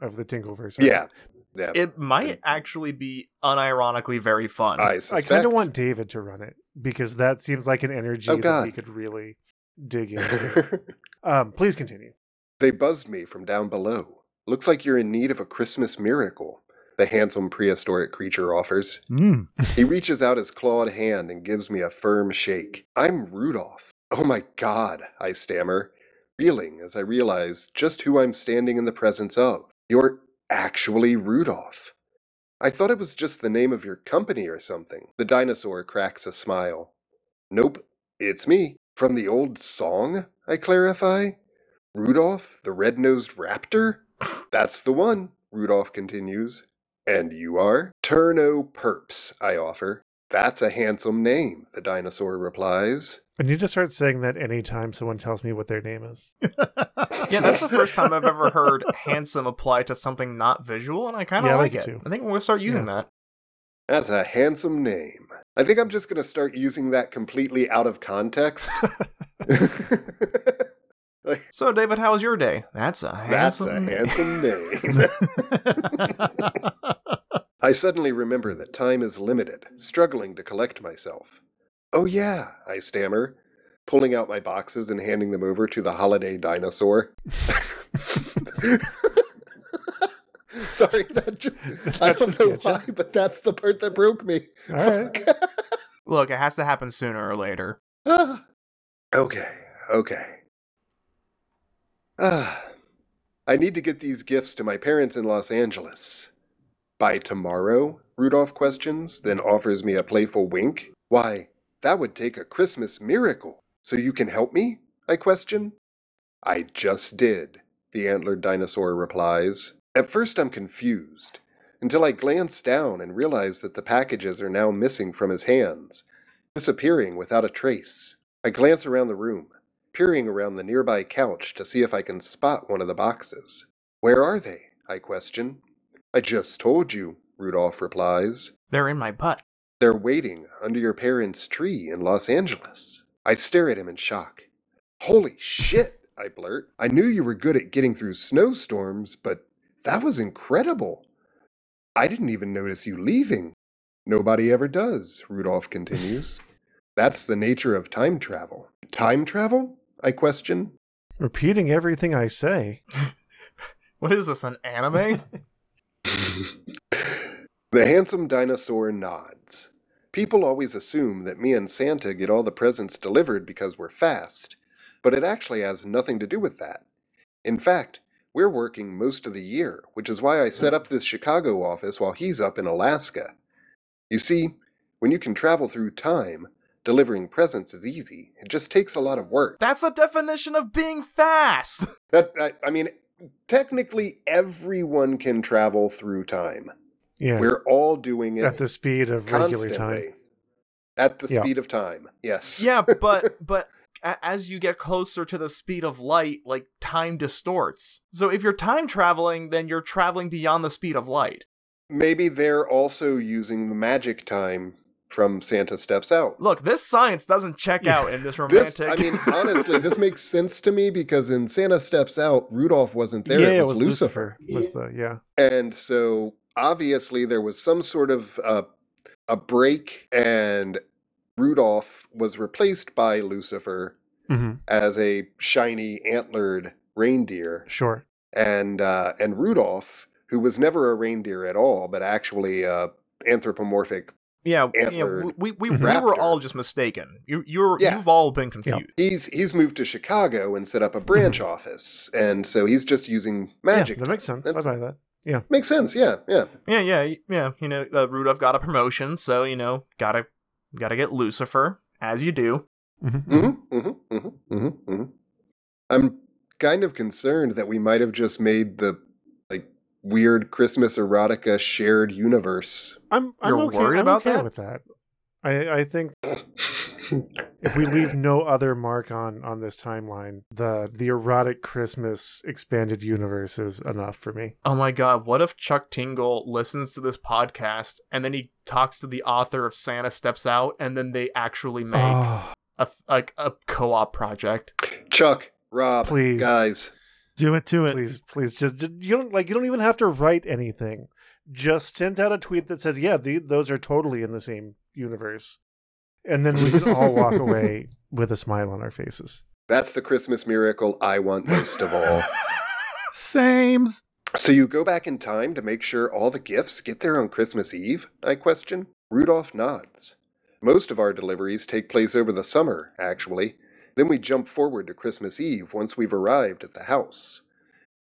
A: of the Tingleverse.
B: yeah, yeah.
D: It um, might actually be unironically very fun.
B: I
A: I
B: suspect.
A: kind of want David to run it because that seems like an energy
B: Oh,
A: that
B: God.
A: we could really dig into. um, please continue.
B: they buzzed me from down below. Looks like you're in need of a Christmas miracle. The handsome prehistoric creature offers.
C: Mm.
B: He reaches out his clawed hand and gives me a firm shake. I'm Rudolph. Oh my god, I stammer, reeling as I realize just who I'm standing in the presence of. You're actually Rudolph. I thought it was just the name of your company or something. The dinosaur cracks a smile. Nope, it's me. From the old song, I clarify. Rudolph, the red nosed raptor? That's the one, Rudolph continues. And you are? Turno Perps, I offer. That's a handsome name, the dinosaur replies.
A: I need to start saying that anytime someone tells me what their name is.
D: Yeah, that's the first time I've ever heard handsome apply to something not visual, and I kind of
A: Yeah, I
D: like
A: like
D: it.
A: it too.
D: I think we'll start using that.
B: That's a handsome name. I think I'm just going to start using that completely out of context.
D: So, David, how was your day? That's a
B: That's
D: handsome.
B: a
D: name.
B: handsome name. I suddenly remember that time is limited, struggling to collect myself. Oh, yeah, I stammer, pulling out my boxes and handing them over to the holiday dinosaur. Sorry, that ju- I
A: That
B: don't
A: just
B: know
A: gets ya.
B: why, but that's the part that broke me.
A: All right.
B: Fuck.
D: Look, it has to happen sooner or later.
B: Ah. okay, okay. Ah, I need to get these gifts to my parents in Los Angeles. By tomorrow? Rudolph questions, then offers me a playful wink. Why, that would take a Christmas miracle. So you can help me? I question. I just did, the antlered dinosaur replies. At first, I'm confused, until I glance down and realize that the packages are now missing from his hands disappearing without a trace. I glance around the room, peering around the nearby couch to see if I can spot one of the boxes. Where are they? I question. I just told you, Rudolph replies.
D: They're in my butt.
B: They're waiting under your parents' tree in Los Angeles. I stare at him in shock. Holy shit, I blurt. I knew you were good at getting through snowstorms, but that was incredible. I didn't even notice you leaving. Nobody ever does, Rudolph continues. That's the nature of time travel. Time travel? I question.
A: Repeating everything I say.
D: What is this, an anime?
B: The handsome dinosaur nods. People always assume that me and Santa get all the presents delivered because we're fast, but it actually has nothing to do with that. In fact, we're working most of the year, which is why I set up this Chicago office while he's up in Alaska. You see, when you can travel through time, delivering presents is easy. It just takes a lot of work.
D: That's the definition of being fast!
B: That I, I mean, technically everyone can travel through time.
A: Yeah.
B: We're all doing it
A: at the speed of regular time.
B: constantly. At the
A: Yeah.
B: speed of time. Yes.
D: yeah, but but a- as you get closer to the speed of light, like time distorts. So if you're time traveling, then you're traveling beyond the speed of light.
B: Maybe they're also using the magic time from Santa Steps Out.
D: Look, this science doesn't check
A: Yeah.
D: out in this romantic.
B: This, I mean, honestly, this makes sense to me because in Santa Steps Out, Rudolph wasn't there.
A: yeah,
B: it was, Lucifer.
A: Was the yeah.
B: And so obviously there was some sort of uh, a break, and Rudolph was replaced by Lucifer
A: hmm
B: as a shiny antlered reindeer,
A: Sure.
B: and uh, and Rudolph, who was never a reindeer at all, but actually a anthropomorphic.
D: yeah, w- yeah,
B: antlered
D: w- we, we, we
B: raptor.
D: were all just mistaken. You you're
B: Yeah.
D: you've all been confused.
B: He's he's moved to Chicago and set up a branch office, and so he's just using magic.
A: Mm-hmm. Yeah, that makes sense.
B: That's-
A: I buy that.
B: makes sense. Yeah, yeah.
D: Yeah, yeah, y- yeah. You know, uh, Rudolph got a promotion, so you know, gotta gotta get Lucifer as you do.
A: Mhm.
B: Mm-hmm, mm-hmm, mm-hmm, mm-hmm, mm-hmm. I'm kind of concerned that we might have just made the like weird Christmas erotica shared universe.
A: I'm I'm
D: You're
A: okay,
D: worried
A: I'm
D: about
A: okay
D: that?
A: with that. I I think if we leave no other mark on on this timeline, the the erotic Christmas expanded universe is enough for me.
D: Oh my god, what if Chuck Tingle listens to this podcast and then he talks to the author of Santa Steps Out and then they actually make
A: Oh,
D: a like a co-op project?
B: Chuck, Rob,
A: Please.
B: guys,
C: Do it
D: Oh.
C: to it.
A: please, please, just, just you don't like you don't even have to write anything. Just send out a tweet that says, "Yeah, the, those are totally in the same universe," and then we can all walk away with a smile on our faces.
B: that's the Christmas miracle I want most of all.
C: Sames.
B: So you go back in time to make sure all the gifts get there on Christmas Eve? I question. Rudolph nods. Most of our deliveries take place over the summer, actually. Then we jump forward to Christmas Eve once we've arrived at the house.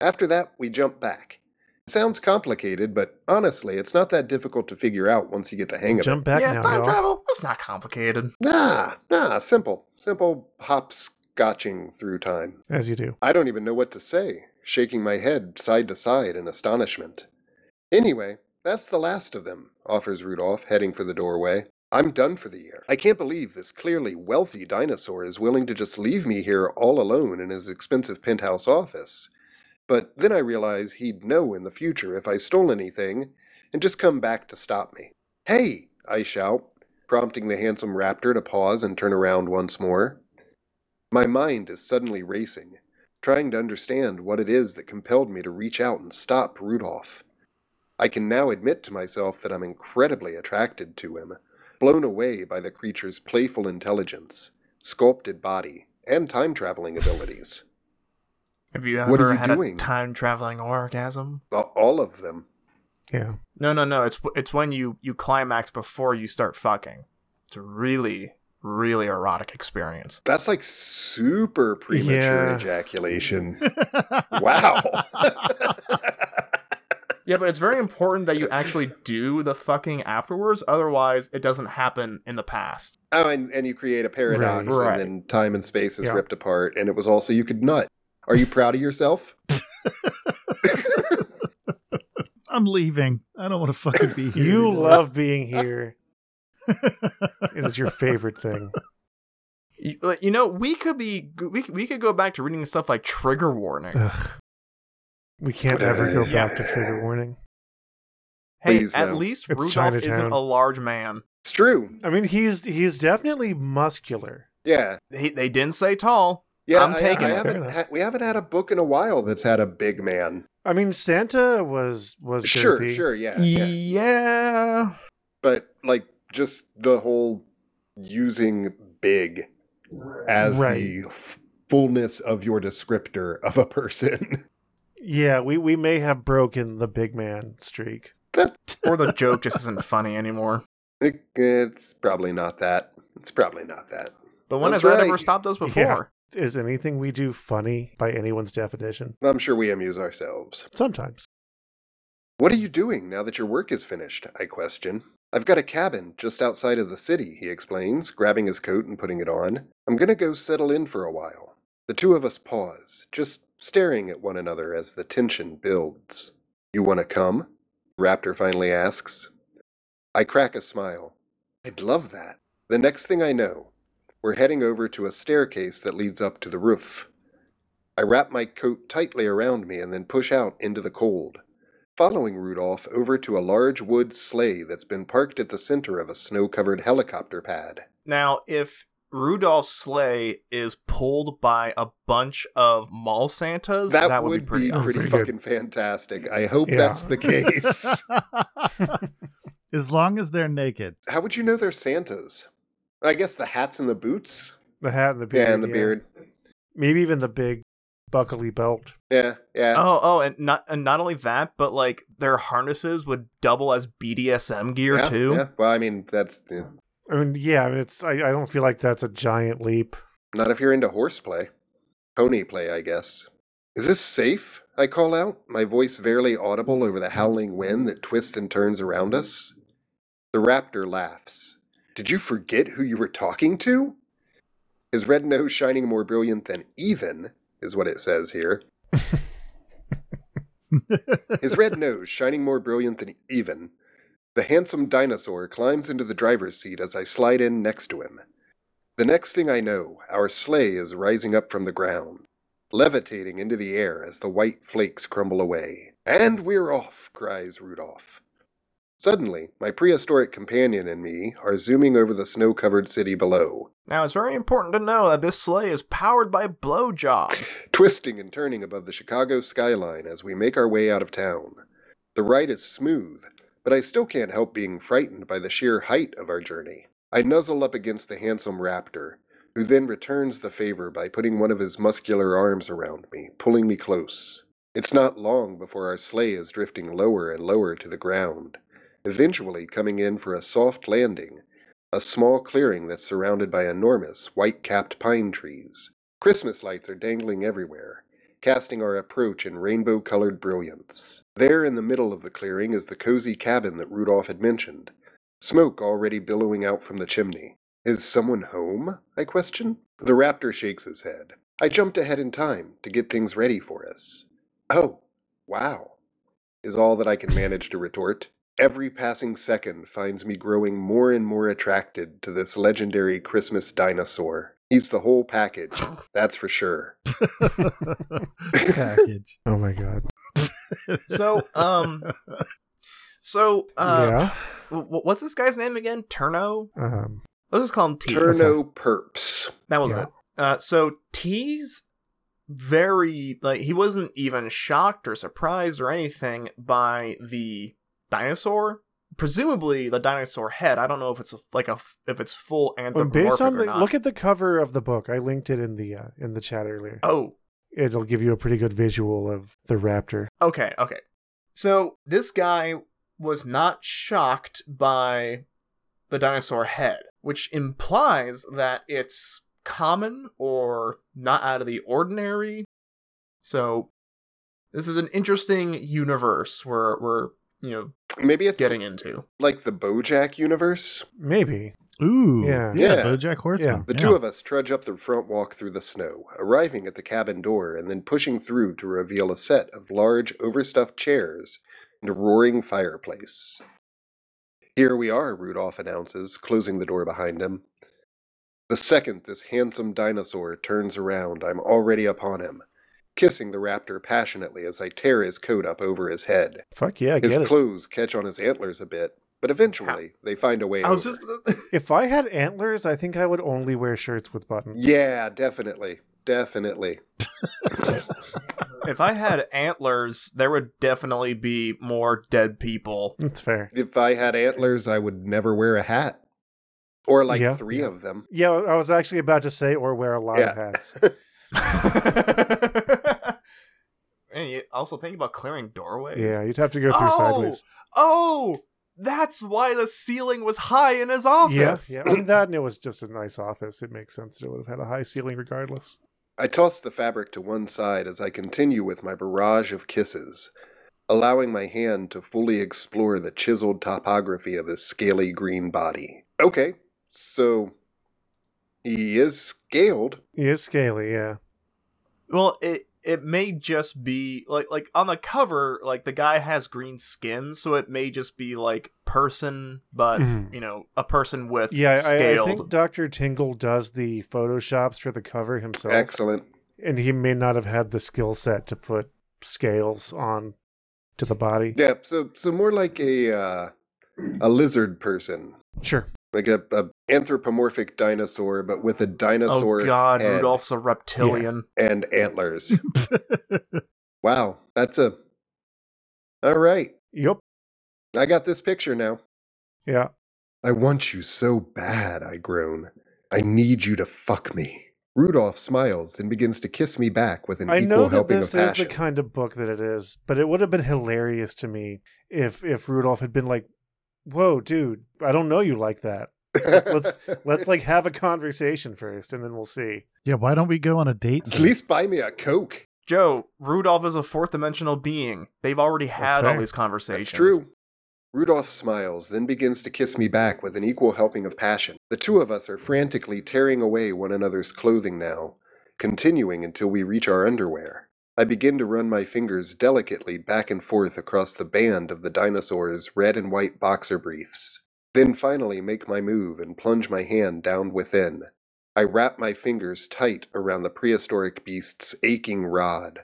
B: After that, we jump back. It sounds complicated, but honestly, it's not that difficult to figure out once you get the hang of
A: Jump back
D: yeah,
A: now,
D: time
A: y'all.
D: travel. That's not complicated.
B: it. Nah, nah, simple. Simple hopscotching through time.
A: as you do.
B: I don't even know what to say, shaking my head side to side in astonishment. Anyway, that's the last of them, offers Rudolph, heading for the doorway. I'm done for the year. I can't believe this clearly wealthy dinosaur is willing to just leave me here all alone in his expensive penthouse office. But then I realize he'd know in the future if I stole anything and just come back to stop me. Hey! I shout, prompting the handsome raptor to pause and turn around once more. My mind is suddenly racing trying to understand what it is that compelled me to reach out and stop Rudolph. I can now admit to myself that I'm incredibly attracted to him, blown away by the creature's playful intelligence, sculpted body, and time traveling abilities.
D: Have you
B: What are
D: ever
B: you
D: had
B: doing?
D: a time traveling orgasm?
B: A- All of them.
A: Yeah.
D: No, no, no. It's it's when you you climax before you start fucking. It's a really really erotic experience.
B: That's like super premature
A: Yeah.
B: ejaculation. Wow.
D: Yeah, but it's very important that you actually do the fucking afterwards. Otherwise, it doesn't happen in the past.
B: oh, and, and you create a paradox,
D: Right.
B: and then time and space is
A: Yeah.
B: ripped apart, and it was also you could nut. Are you proud of yourself?
C: I'm leaving. I don't want to fucking be here.
A: You
C: anymore.
A: love being here. it is your favorite thing.
D: You, like, you know, we could be we could- we could go back to reading stuff like trigger
B: Uh,
D: warning.
A: Ugh. We can't ever go back to trigger warning.
D: hey,
B: please,
D: at
B: no.
D: least
A: It's
D: Rudolph isn't
A: Chinatown.
D: a large man.
B: It's true.
A: I mean, he's he's definitely muscular.
B: Yeah.
D: They, they didn't say tall.
B: Yeah,
D: I'm
B: I-
D: taking
B: I
D: it.
A: Fair
B: haven't
A: enough.
B: ha- we haven't had a book in a while that's had a big man.
A: I mean, Santa was was
B: Sure,
A: girthy.
B: sure, yeah, yeah.
D: Yeah.
B: But like just the whole using big as the
A: Right.
B: f- fullness of your descriptor of a person.
A: Yeah, we we may have broken the big man streak.
B: that
D: or the joke just isn't funny anymore.
B: it- it's probably not that. It's probably not that.
D: But when
B: That's
D: has that
B: right.
D: ever stopped us before?
A: Yeah. Is anything we do funny by anyone's definition?
B: I'm sure we amuse ourselves.
A: Sometimes.
B: What are you doing now that your work is finished? I question. I've got a cabin just outside of the city, he explains, grabbing his coat and putting it on. I'm going to go settle in for a while. The two of us pause, just staring at one another as the tension builds. You want to come? Raptor finally asks. I crack a smile. I'd love that. The next thing I know, we're heading over to a staircase that leads up to the roof. I wrap my coat tightly around me and then push out into the cold. following Rudolph over to a large wood sleigh that's been parked at the center of a snow covered helicopter pad.
D: Now, if Rudolph's sleigh is pulled by a bunch of mall Santas,
B: That, would, be pretty,
C: awesome. Pretty good.
B: fucking fantastic. I hope
A: Yeah.
B: that's the case.
C: as long as they're naked.
B: How would you know they're Santas? I guess the hats and the boots.
A: The hat and the beard.
B: Yeah, and the beard.
A: Maybe even the big buckley belt.
B: Yeah, yeah.
D: Oh, oh, and not and not only that, but like their harnesses would double as BDSM gear
B: yeah,
D: too.
B: yeah. Well, I mean, that's yeah.
A: I mean, yeah, I mean, it's. I, I don't feel like that's a giant leap.
B: not if you're into horseplay. Pony play, I guess. Is this safe? I call out, my voice barely audible over the howling wind that twists and turns around us. The raptor laughs. Did you forget who you were talking to? His red nose shining more brilliant than even, is what it says here. His red nose shining more brilliant than even. The handsome dinosaur climbs into the driver's seat as I slide in next to him. The next thing I know, our sleigh is rising up from the ground, levitating into the air as the white flakes crumble away. And we're off, cries Rudolph. Suddenly, my prehistoric companion and me are zooming over the snow covered city below,
D: Now it's very important to know that this sleigh is powered by blowjobs.
B: twisting and turning above the Chicago skyline as we make our way out of town. The ride is smooth, but I still can't help being frightened by the sheer height of our journey. I nuzzle up against the handsome raptor, who then returns the favor by putting one of his muscular arms around me, pulling me close. It's not long before our sleigh is drifting lower and lower to the ground, eventually coming in for a soft landing, a small clearing that's surrounded by enormous, white capped pine trees. Christmas lights are dangling everywhere, casting our approach in rainbow colored brilliance. There in the middle of the clearing is the cozy cabin that Rudolph had mentioned, smoke already billowing out from the chimney. Is someone home? I question. The raptor shakes his head. I jumped ahead in time to get things ready for us. Oh, wow, is all that I can manage to retort. Every passing second finds me growing more and more attracted to this legendary Christmas dinosaur. He's the whole package, that's for sure.
C: Package.
A: Oh my god.
D: So, um, so,
B: Um,
D: uh,
A: yeah.
D: w- w- what's this guy's name again? Turno?
A: Um,
D: Let's just call him T.
B: Turno perps.
D: That was
A: Yeah.
D: it. Uh, so T's very like he wasn't even shocked or surprised or anything by the dinosaur. Presumably the dinosaur head. I don't know if it's like a f- if it's full
A: and
D: anthropomorphic
A: based on
D: or
A: the
D: not.
A: look at the cover of the book, I linked it in the uh, in the chat earlier.
D: oh
A: It'll give you a pretty good visual of the raptor.
D: Okay, okay. So this guy was not shocked by the dinosaur head, which implies that it's common or not out of the ordinary. So this is an interesting universe we're we're you know
B: Maybe it's
D: getting into.
B: like the Bojack universe.
A: Maybe.
C: Ooh.
A: Yeah.
B: Yeah.
C: Bojack Horseman.
A: Yeah.
B: The two of us trudge up the front walk through the snow, arriving at the cabin door and then pushing through to reveal a set of large, overstuffed chairs and a roaring fireplace. Here we are, Rudolph announces, closing the door behind him. The second this handsome dinosaur turns around, I'm already upon him, kissing the raptor passionately as I tear his coat up over his head.
A: Fuck yeah, I
B: His
A: get it.
B: clothes catch on his antlers a bit, but eventually they find a way
D: I was
B: over.
D: just
A: If I had antlers, I think I would only wear shirts with buttons.
B: Yeah, definitely. Definitely.
D: if I had antlers, there would definitely be more dead people.
A: That's fair.
B: If I had antlers, I would never wear a hat. Or like
A: Yeah.
B: three of them.
A: Yeah, I was actually about to say, or wear a lot of
B: Yeah.
A: hats.
D: and you also think about clearing doorways.
A: Yeah, you'd have to go through
D: Oh!
A: sideways.
D: Oh, that's why the ceiling was high in his office.
A: Yes, yeah. I mean, that and it was just a nice office. It makes sense that it would have had a high ceiling regardless.
B: I toss the fabric to one side as I continue with my barrage of kisses, allowing my hand to fully explore the chiseled topography of his scaly green body. Okay, so he is scaled.
A: He is scaly, yeah.
D: Well, it it may just be like like on the cover, like the guy has green skin, so it may just be like person, but
A: Mhm.
D: you know, a person with
A: Yeah, I, I
D: scaled.
A: think Dr. Tingle does the photoshops for the cover himself.
B: Excellent.
A: And he may not have had the skill set to put scales on to the body.
B: Yeah, so so more like a uh, a lizard person,
A: Sure.
B: like a, a anthropomorphic dinosaur, but with a dinosaur
D: oh God,
B: head
D: Rudolph's a reptilian.
B: and antlers. wow, that's a all right.
A: Yep.
B: I got this picture now.
A: Yeah.
B: I want you so bad, I groan. I need you to fuck me. Rudolph smiles and begins to kiss me back with an
A: I
B: equal
A: know that
B: helping
A: this
B: of
A: is
B: passion.
A: the kind of book that it is, but it would have been hilarious to me if if Rudolph had been like, "Whoa, dude, I don't know you like that. let's- Let's like have a conversation first, and then we'll see."
C: yeah, why don't we go on a date?
B: At least buy me a Coke.
D: Joe, Rudolph is a fourth dimensional being. They've already had all
A: fair.
D: these conversations.
B: That's true. Rudolph smiles, then begins to kiss me back with an equal helping of passion. The two of us are frantically tearing away one another's clothing now, continuing until we reach our underwear. I begin to run my fingers delicately back and forth across the band of the dinosaur's red and white boxer briefs, then finally make my move and plunge my hand down within. I wrap my fingers tight around the prehistoric beast's aching rod,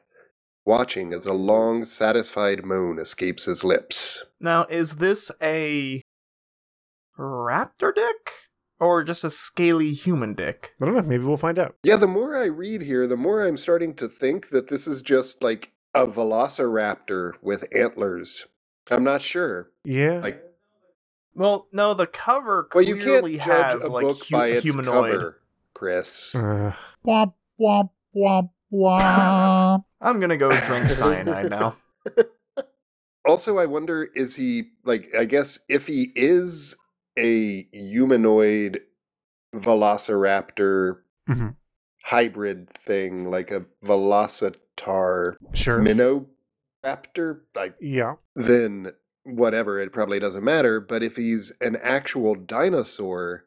B: watching as a long, satisfied moan escapes his lips.
D: Now, is this a raptor dick or just a scaly human dick?
A: I don't know. Maybe we'll find out.
B: Yeah, the more I read here, the more I'm starting to think that this is just like a velociraptor with antlers. I'm not sure.
A: Yeah.
B: Like,
D: Well, no, the cover
B: well, you
D: clearly
B: can't judge
D: has
B: a
D: like
B: book
D: hu-
B: by its
D: humanoid.
B: cover, Chris.
A: Ugh.
C: womp womp womp womp.
D: I'm gonna go drink cyanide now.
B: Also, I wonder is he like? I guess if he is a humanoid velociraptor
A: Mhm.
B: hybrid thing, like a velocitar
A: sure.
B: minoraptor, like
A: yeah.
B: then whatever, it probably doesn't matter. But if he's an actual dinosaur,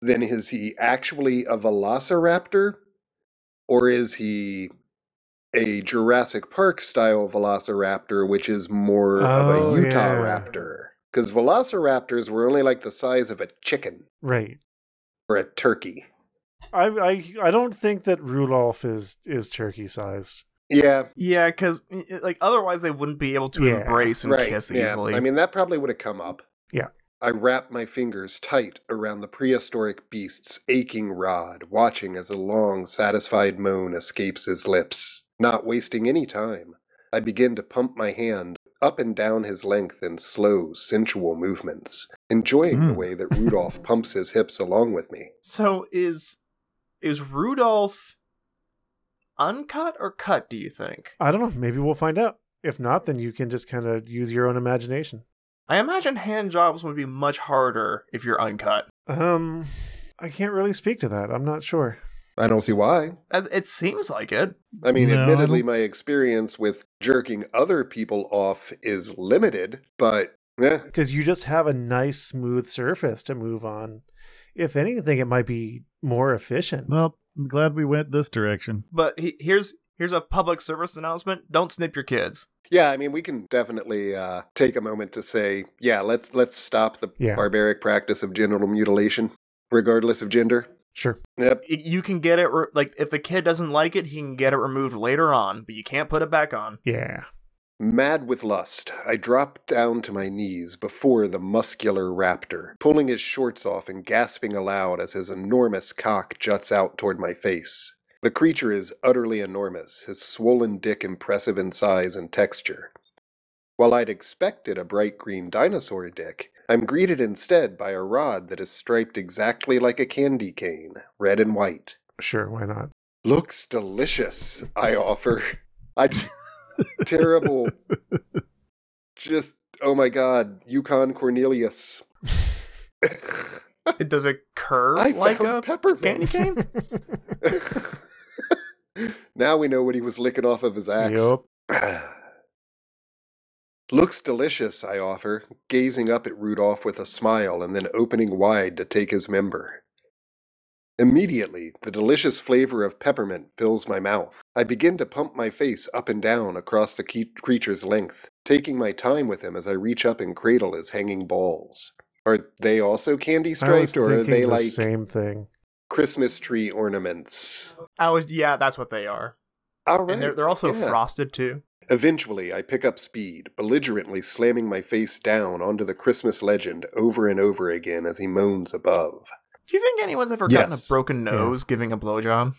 B: then is he actually a velociraptor? Or is he a Jurassic Park style velociraptor, which is more
A: Oh,
B: of a Utah
A: yeah.
B: raptor? Because velociraptors were only like the size of a chicken
A: Right.
B: or a turkey.
A: I I I don't think that Rudolph is is turkey sized.
B: Yeah,
D: Yeah, because like otherwise they wouldn't be able to
A: Yeah.
D: embrace and kiss easily.
B: I mean, that probably would have come up.
A: Yeah.
B: I wrap my fingers tight around the prehistoric beast's aching rod, watching as a long, satisfied moan escapes his lips. Not wasting any time, I begin to pump my hand up and down his length in slow, sensual movements, enjoying the
C: Mm.
B: way that Rudolph pumps his hips along with me.
D: so is is Rudolph uncut or cut? Do you think?
A: I don't know. Maybe we'll find out. If not, then you can just kind of use your own imagination.
D: I imagine hand jobs would be much harder if you're uncut.
A: Um, I can't really speak to that. I'm not sure.
B: I don't see why.
D: As- It seems like it.
B: I mean,
C: No, I
B: admittedly,
C: don't-
B: my experience with jerking other people off is limited, but eh,
A: because you just have a nice smooth surface to move on. If anything, it might be more efficient.
C: Well, I'm glad we went this direction.
D: But he- here's here's a public service announcement: don't snip your kids.
B: Yeah, I mean, we can definitely uh, take a moment to say, yeah, let's let's stop the
A: Yeah.
B: barbaric practice of genital mutilation, regardless of gender.
A: Sure.
B: Yep.
D: Y- You can get it re- like if the kid doesn't like it, he can get it removed later on, but you can't put it back on.
A: Yeah.
B: Mad with lust, I drop down to my knees before the muscular raptor, pulling his shorts off and gasping aloud as his enormous cock juts out toward my face. The creature is utterly enormous, his swollen dick impressive in size and texture. While I'd expected a bright green dinosaur dick, I'm greeted instead by a rod that is striped exactly like a candy cane, red and white.
A: Sure. Why not?
B: Looks delicious, I offer. I just terrible. Just oh my god, Yukon Cornelius.
D: It does it curve
B: I
D: like
B: found
D: a candy
B: peppermint.
D: cane?
B: now we know what he was licking off of his axe.
A: Yup.
B: Looks delicious, I offer, gazing up at Rudolph with a smile and then opening wide to take his member. Immediately, the delicious flavor of peppermint fills my mouth. I begin to pump my face up and down across the ke- creature's length, taking my time with him as I reach up and cradle his hanging balls. Are they also candy
A: I was
B: striped, or are
A: thinking
B: they
A: the
B: like
A: same thing.
B: Christmas tree ornaments?
D: I was yeah, that's what they are,
B: All right.
D: and they're they're also
B: yeah.
D: frosted too.
B: Eventually, I pick up speed, belligerently slamming my face down onto the Christmas legend over and over again as he moans above.
D: Do you think anyone's ever gotten
B: Yes.
D: a broken nose giving a blowjob?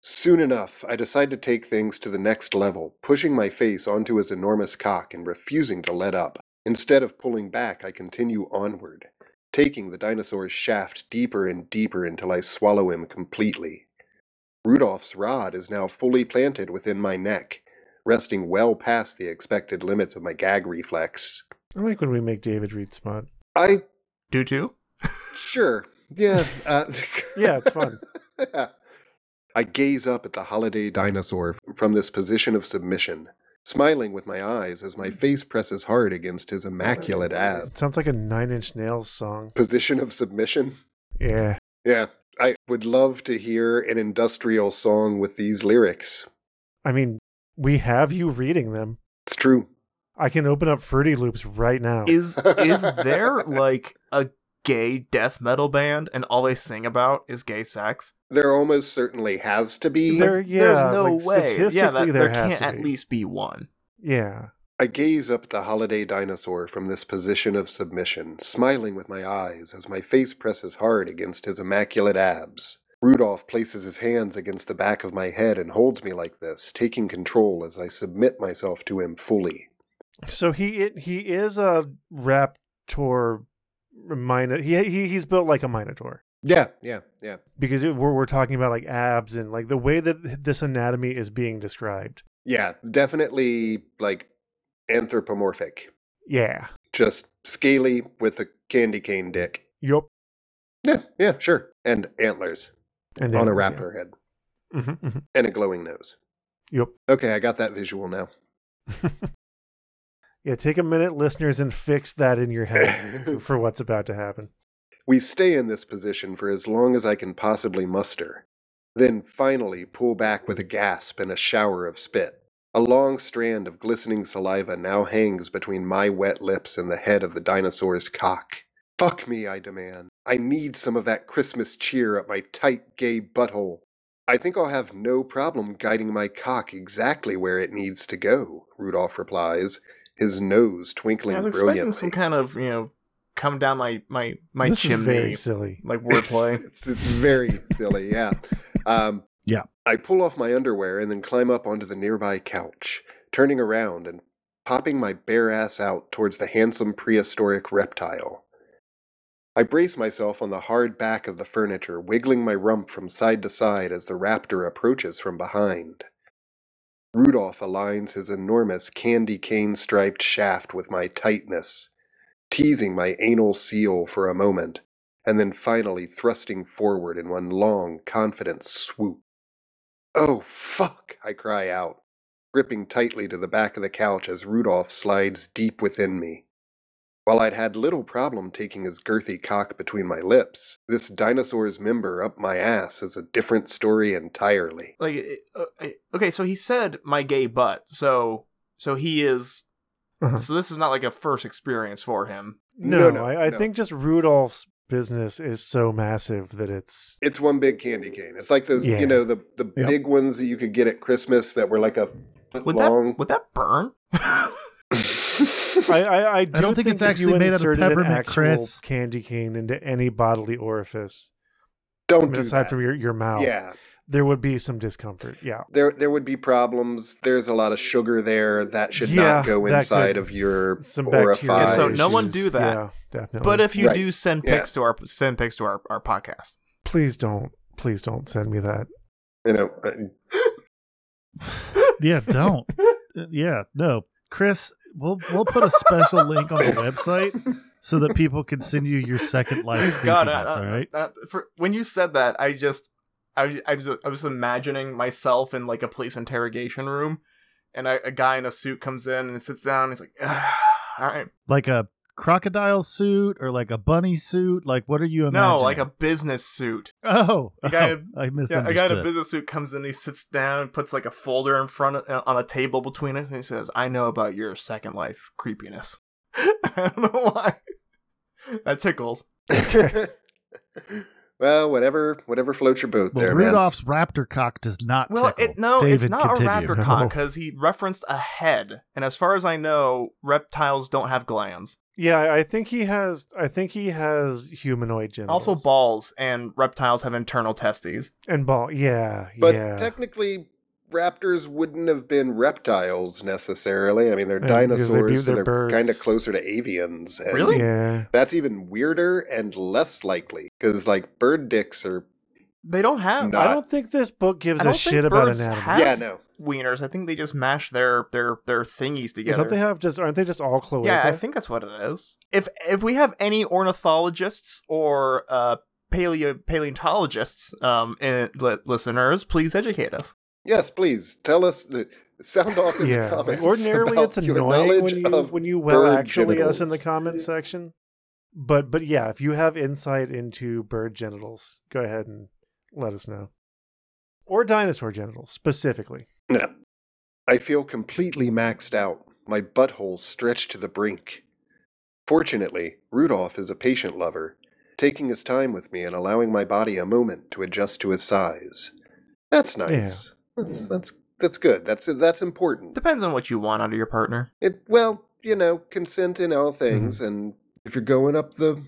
B: Soon enough, I decide to take things to the next level, pushing my face onto his enormous cock and refusing to let up. Instead of pulling back, I continue onward, taking the dinosaur's shaft deeper and deeper until I swallow him completely. Rudolph's rod is now fully planted within my neck, resting well past the expected limits of my gag reflex.
A: I like when we make David read smut.
B: I
D: Do too?
B: Sure. Yeah. Uh,
A: Yeah, it's fun.
B: I gaze up at the holiday dinosaur from this position of submission, smiling with my eyes as
A: Mm.
B: my face presses hard against his immaculate abs.
A: It sounds like a Nine Inch Nails song.
B: Position of submission?
A: Yeah.
B: Yeah. I would love to hear an industrial song with these lyrics.
A: I mean, we have you reading them.
B: It's true.
A: I can open up Fruity Loops right now.
D: Is is there like a gay death metal band and all they sing about is gay sex?
B: There almost certainly has to be.
A: There- yeah,
D: There's no
A: like,
D: way.
A: Statistically,
D: yeah, that,
A: there,
D: there,
A: has
D: can't
A: to
D: at
A: be.
D: least be one.
A: Yeah.
B: I gaze up at the holiday dinosaur from this position of submission, smiling with my eyes as my face presses hard against his immaculate abs. Rudolph places his hands against the back of my head and holds me like this, taking control as I submit myself to him fully.
A: So he it, he is a raptor minor. He, he he's built like a minotaur
B: Yeah, yeah, yeah.
A: because it, we're we're talking about like abs and like the way that this anatomy is being described.
B: Yeah, definitely like anthropomorphic.
A: Yeah.
B: Just scaly with a candy cane dick.
A: Yup.
B: Yeah, yeah, sure. And antlers
A: And
B: on a
A: then-
B: raptor head
A: Yeah. Mhm, mhm.
B: and a glowing nose.
A: Yup.
B: Okay, I got that visual now.
A: Yeah, take a minute, listeners, and fix that in your head for- for what's about to happen.
B: We stay in this position for as long as I can possibly muster, then finally pull back with a gasp and a shower of spit. A long strand of glistening saliva now hangs between my wet lips and the head of the dinosaur's cock. Fuck me, I demand. I need some of that Christmas cheer up my tight gay butthole. I think I'll have no problem guiding my cock exactly where it needs to go, Rudolph replies, his nose twinkling
D: I was expecting
B: brilliantly.
D: some kind of, you know, come down my my my
A: this is very
D: chimney
A: silly.
D: like wordplay.
B: It's, it's very silly, yeah. Um,
C: Yeah.
B: I pull off my underwear and then climb up onto the nearby couch, turning around and popping my bare ass out towards the handsome prehistoric reptile. I brace myself on the hard back of the furniture, wiggling my rump from side to side as the raptor approaches from behind. Rudolph aligns his enormous candy cane striped shaft with my tightness, teasing my anal seal for a moment, and then finally thrusting forward in one long, confident swoop. Oh, fuck! I cry out, gripping tightly to the back of the couch as Rudolph slides deep within me. While I'd had little problem taking his girthy cock between my lips, this dinosaur's member up my ass is a different story entirely.
D: like it- uh, it- okay, so he said my gay butt. So so he is
A: Uh-huh.
D: so this is not like a first experience for him.
A: No,
B: No, no,
A: I, I
B: no.
A: think just Rudolph's business is so massive that it's
B: It's one big candy cane. It's like those,
A: Yeah.
B: you know, the, the
C: Yep.
B: big ones that you could get at Christmas that were like a foot
D: Would
B: long.
D: that would that burn?
A: I, I, I, do
C: don't think it's
A: if
C: actually
A: you
C: made out of
A: inserted an
C: peppermint,
A: actual
C: Chris.
A: Candy cane into any bodily orifice, I
B: Don't
A: mean,
B: do
A: aside
B: that.
A: from your, your mouth,
B: yeah.
A: there would be some discomfort. Yeah,
B: there there would be problems. There's a lot of sugar there that should
A: Yeah,
B: not go
A: that
B: inside
A: could-
B: of your
A: some
B: orifice.
A: bacteria.
D: Yeah, so no one
A: issues.
D: do that.
A: Yeah, definitely.
D: but if you
B: Right.
D: do send
B: Yeah.
D: pics to our send pics to our, our podcast.
A: please don't, please don't send me that.
B: you know, uh,
C: Yeah, don't. Uh, yeah, no. Chris, we'll we'll put a special link on the website so that people can send you your second life
D: God,
C: creepiness,
D: I- I-
C: all right?
D: I- for, when you said that, I just, I, I was, I was imagining myself in like a police interrogation room, and I, a guy in a suit comes in and sits down. And he's like, "Ah, "All right,
C: Like a crocodile suit or like a bunny suit? Like what are you imagining?
D: no, like a business suit."
C: Oh,
D: A guy
C: oh,
D: in-
C: I
D: Yeah,
C: misunderstood.
D: a guy in a business suit comes in. He sits down and puts like a folder in front of, on a table between us, and he says, "I know about your second life creepiness." I don't know why. That tickles.
B: uh, Well, whatever, whatever floats your boat
C: Well,
B: there, man.
C: Rudolph's raptor cock does not.
D: Well,
C: tickle.
D: it, no, it's
C: David,
D: not
C: continue.
D: a raptor
A: No.
D: cock because he referenced a head, and as far as I know, reptiles don't have glands.
A: Yeah, I- I think he has. I think he has humanoid genitals.
D: Also, balls and reptiles have internal testes.
A: and ball. Yeah,
B: But
A: yeah.
B: technically, raptors wouldn't have been reptiles necessarily. I mean, they're
A: Yeah, because
B: dinosaurs,
A: they'd be-
B: so
A: they're
B: they're
A: birds.
B: kind of closer to avians. and
D: Really?
A: yeah,
B: That's even weirder and less likely because, like, bird dicks are.
D: They don't have.
B: No.
A: I
B: Not-
A: don't think this book gives
D: I don't
A: a
D: think
A: shit about
D: birds
A: anatomy.
D: have-
B: Yeah, no.
D: wieners. I think they just mash their their their thingies
A: Yeah,
D: together.
A: don't they have just? Aren't they just all cloaca?
D: yeah, I think that's what it is. If if we have any ornithologists or uh paleo paleontologists um and li- listeners, please educate us.
B: Yes, please tell us. The, sound off in
A: Yeah,
B: the
A: like,
B: comments.
A: ordinarily
B: about
A: it's
B: your
A: annoying when
B: knowledge
A: you
B: of
A: when you well
B: bird
A: actually us in the
B: genitals.
A: comment section. But but yeah, if you have insight into bird genitals, go ahead and let us know. Or dinosaur genitals specifically.
B: No. I feel completely maxed out, my butthole stretched to the brink. Fortunately, Rudolph is a patient lover, taking his time with me and allowing my body a moment to adjust to his size. That's nice. That's that's that's good. That's that's important.
D: Depends on what you want under your partner.
B: It well, you know, consent in
A: Mm-hmm.
B: all things, and if you're going up the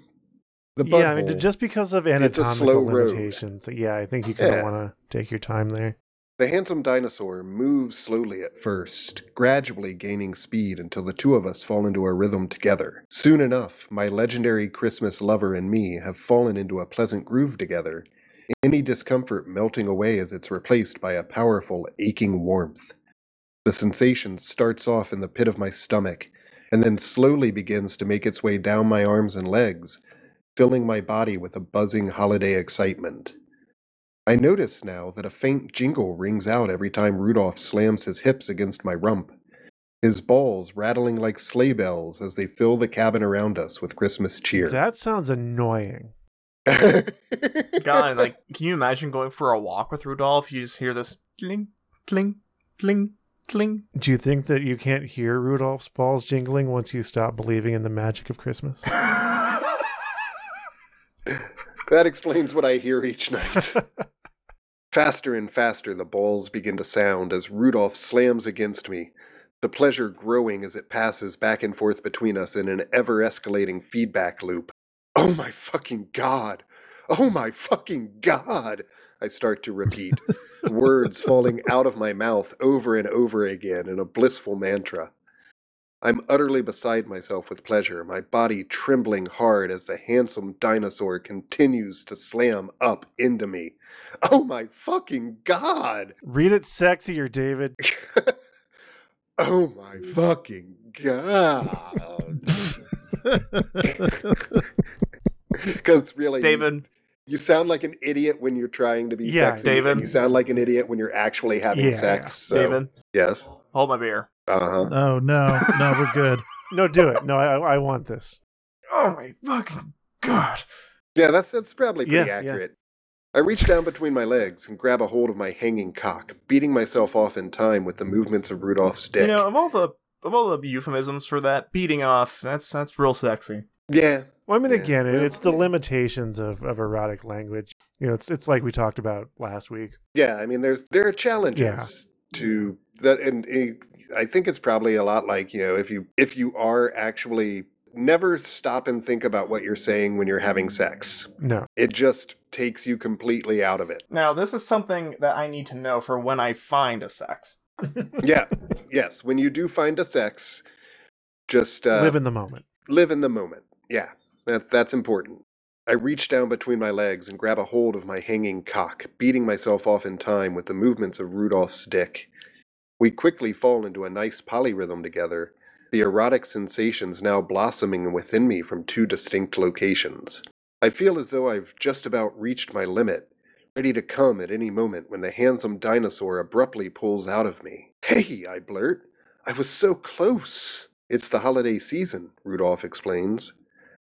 B: the butthole,
A: yeah, I mean just because of
B: It's a
A: anatomical
B: slow road.
A: limitations. Yeah, I think you kind of
B: Yeah.
A: want to take your time there.
B: The handsome dinosaur moves slowly at first, gradually gaining speed until the two of us fall into a rhythm together. Soon enough, my legendary Christmas lover and me have fallen into a pleasant groove together, any discomfort melting away as it's replaced by a powerful, aching warmth. The sensation starts off in the pit of my stomach and then slowly begins to make its way down my arms and legs, filling my body with a buzzing holiday excitement. I notice now that a faint jingle rings out every time Rudolph slams his hips against my rump, his balls rattling like sleigh bells as they fill the cabin around us with Christmas cheer.
A: That sounds annoying.
D: God, like can you imagine going for a walk with Rudolph? You just hear this cling, cling, cling, cling.
A: Do you think that you can't hear Rudolph's balls jingling once you stop believing in the magic of Christmas?
B: That explains what I hear each night. faster and faster the balls begin to sound as Rudolph slams against me, the pleasure growing as it passes back and forth between us in an ever escalating feedback loop. Oh my fucking god! Oh my fucking god! I start to repeat, words falling out of my mouth over and over again in a blissful mantra. I'm utterly beside myself with pleasure, my body trembling hard as the handsome dinosaur continues to slam up into me. Oh my fucking god!
A: Read it sexier, David.
B: oh my fucking god! Because really,
D: David,
B: you sound like an idiot when you're trying to be
A: Yeah,
B: sexy.
D: David.
B: and You sound like an idiot when you're actually having
A: Yeah,
B: sex. So,
D: David,
B: Yes.
D: hold my beer.
B: Uh huh.
C: oh no, no, we're good.
A: No, do it. No, I, I want this.
D: Oh my fucking god.
B: Yeah, that's that's probably pretty
A: Yeah, yeah.
B: accurate. I reach down between my legs and grab a hold of my hanging cock, beating myself off in time with the movements of Rudolph's dick.
D: You
A: um
D: know, of all the of all the euphemisms for that, beating off, that's that's real sexy.
B: yeah.
A: Well, I mean,
B: Yeah.
A: again, it,
B: Well,
A: it's the
B: yeah.
A: limitations of, of erotic language. You know, it's it's like we talked about last week.
B: Yeah, I mean, there's there are challenges to that, and it, I think it's probably a lot like you know if you if you are actually never stop and think about what you're saying when you're having sex,
A: No,
B: it just takes you completely out of it.
D: Now, this is something that I need to know for when I find a sex.
B: yeah, yes, when you do find a sex, just uh,
A: live in the moment.
B: live in the moment. Yeah, that, that's important. I reach down between my legs and grab a hold of my hanging cock, beating myself off in time with the movements of Rudolph's dick. We quickly fall into a nice polyrhythm together, the erotic sensations now blossoming within me from two distinct locations. I feel as though I've just about reached my limit, ready to come at any moment when the handsome dinosaur abruptly pulls out of me. Hey, I blurt. I was so close. It's the holiday season, Rudolph explains.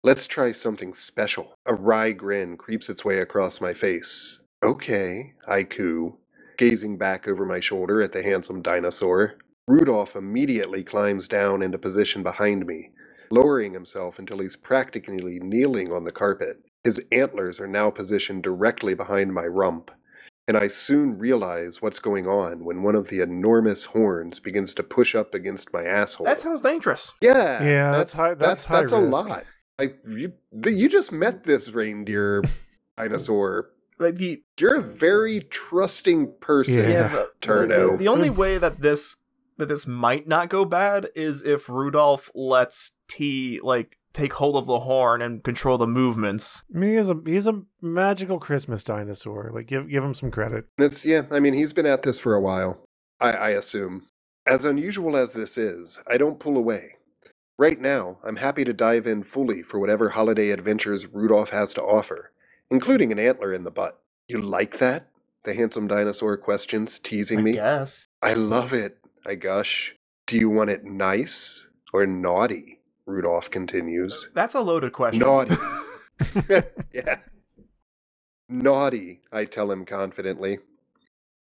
B: Let's try something special. A wry grin creeps its way across my face. Okay, I coo, gazing back over my shoulder at the handsome dinosaur. Rudolph immediately climbs down into position behind me, lowering himself until he's practically kneeling on the carpet. His antlers are now positioned directly behind my rump, and I soon realize what's going on when one of the enormous horns begins to push up against my asshole.
D: That sounds dangerous.
B: yeah,
A: Yeah, that's high- that's high
B: that's
A: risk.
B: a lot. Like you, th- you just met this reindeer dinosaur.
D: Like the
B: You're a very trusting person.
A: Yeah.
D: yeah, the,
B: Turno.
D: The, the only way that this that this might not go bad is if Rudolph lets T like take hold of the horn and control the movements.
A: I mean, he is a he's a magical Christmas dinosaur. Like, give give him some credit.
B: That's yeah. I mean, he's been at this for a while. I, I assume. As unusual as this is, I don't pull away. Right now, I'm happy to dive in fully for whatever holiday adventures Rudolph has to offer, including an antler in the butt. You like that? The handsome dinosaur questions, teasing me.
D: Yes.
B: I love it. I gush. Do you want it nice or naughty? Rudolph continues.
D: That's a loaded question.
B: Naughty. yeah. Naughty, I tell him confidently.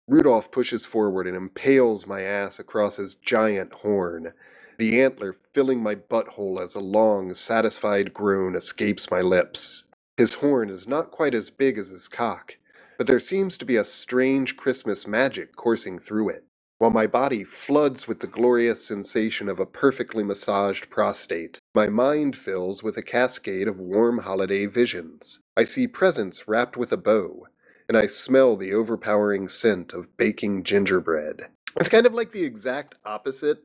B: Rudolph pushes forward and impales my ass across his giant horn, the antler filling my butthole as a long, satisfied groan escapes my lips. His horn is not quite as big as his cock, but there seems to be a strange Christmas magic coursing through it, while my body floods with the glorious sensation of a perfectly massaged prostate. My mind fills with a cascade of warm holiday visions. I see presents wrapped with a bow, and I smell the overpowering scent of baking gingerbread. It's kind of like the exact opposite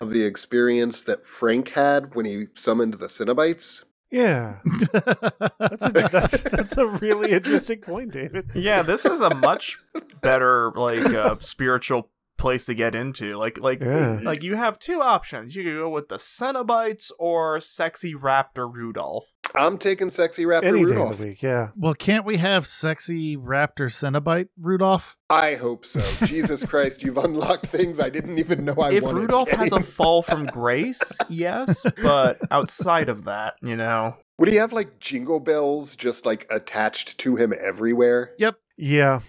B: of the experience that Frank had when he summoned the Cenobites.
A: Yeah, that's a, that's that's a really interesting point, David.
D: Yeah, this is a much better like uh, spiritual place to get into. Like like
A: Yeah.
D: like you have two options. You could go with the Cenobites or sexy raptor Rudolph.
B: I'm taking sexy rapper
A: Any day
B: Rudolph.
A: of the week. Yeah,
C: Well, can't we have sexy raptor Cenobite Rudolph?
B: I hope so. Jesus Christ, you've unlocked things I didn't even know I
D: if
B: wanted.
D: Rudolph has a fall from grace, yes, but outside of that, you know.
B: Would he have like jingle bells just like attached to him everywhere?
A: yeah.
B: Yeah,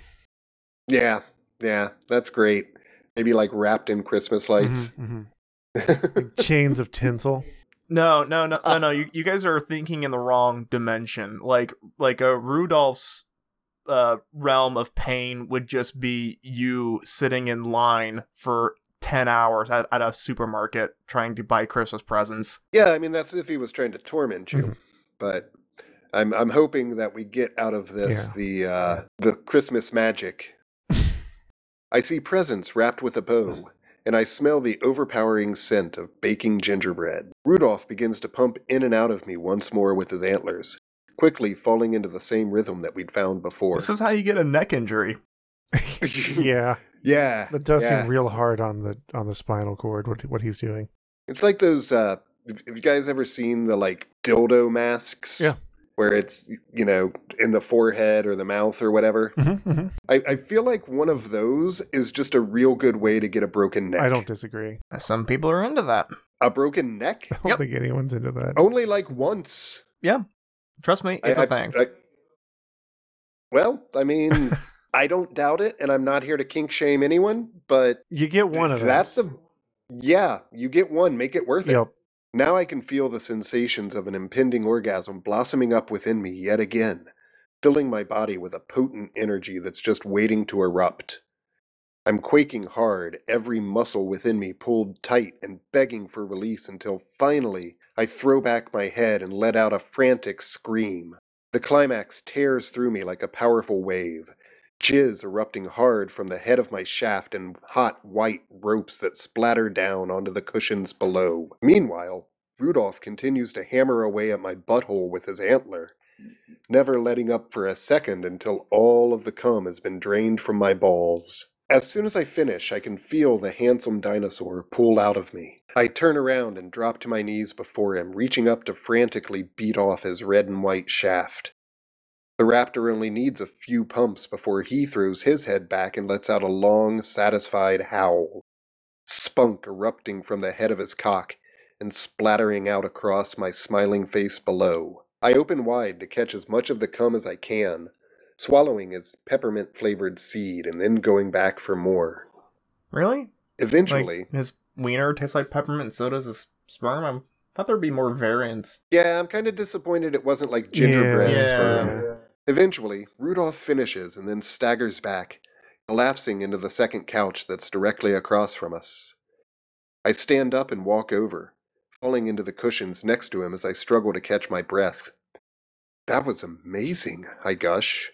B: yeah, that's great. Maybe like wrapped in Christmas lights.
A: Mhm, mhm. Chains of tinsel.
D: No, no, no, no, no. You, you guys are thinking in the wrong dimension. Like, like a Rudolph's uh, realm of pain would just be you sitting in line for ten hours at, at a supermarket trying to buy Christmas presents.
B: yeah, I mean that's if he was trying to torment you.
A: Mhm.
B: But I'm I'm hoping that we get out of this
A: Yeah.
B: the uh the Christmas magic. I see presents wrapped with a bow, and I smell the overpowering scent of baking gingerbread. Rudolph begins to pump in and out of me once more with his antlers, quickly falling into the same rhythm that we'd found before.
D: This is how you get a neck injury.
A: Yeah,
B: yeah.
A: that does
B: yeah.
A: seem real hard on the on the spinal cord. What what he's doing.
B: It's like those. uh Have you guys ever seen the like dildo masks?
A: Yeah.
B: Where it's you know in the forehead or the mouth or whatever.
A: Mm-hmm,
B: I, I feel like one of those is just a real good way to get a broken neck.
A: I don't disagree.
D: Some people are into that.
B: a broken neck
A: I don't
D: Yep.
A: think anyone's into that.
B: only like once.
D: Trust me, it's
B: I-
D: a
B: I-
D: thing.
B: I- well, I mean, I don't doubt it, and I'm not here to kink shame anyone, but
A: You get one of
B: that's
A: those.
B: the yeah. You get one, make it worth it.
A: Yep.
B: Now I can feel the sensations of an impending orgasm blossoming up within me yet again, filling my body with a potent energy that's just waiting to erupt. I'm quaking hard, every muscle within me pulled tight and begging for release until finally I throw back my head and let out a frantic scream. The climax tears through me like a powerful wave, jizz erupting hard from the head of my shaft and hot white ropes that splatter down onto the cushions below. Meanwhile, Rudolph continues to hammer away at my butthole with his antler, never letting up for a second until all of the cum has been drained from my balls. As soon as I finish, I can feel the handsome dinosaur pull out of me. I turn around and drop to my knees before him, reaching up to frantically beat off his red and white shaft. The raptor only needs a few pumps before he throws his head back and lets out a long, satisfied howl, spunk erupting from the head of his cock and splattering out across my smiling face below. I open wide to catch as much of the cum as I can, swallowing his peppermint flavored seed and then going back for more.
D: Really?
B: Eventually,
D: Like, his wiener tastes like peppermint soda. Is his sperm? I'm thought there'd be more variants.
B: Yeah, I'm kind of disappointed it wasn't like gingerbread
D: Yeah.
B: sperm. Eventually, Rudolph finishes and then staggers back, collapsing into the second couch that's directly across from us. I stand up and walk over, falling into the cushions next to him as I struggle to catch my breath. That was amazing, I gush.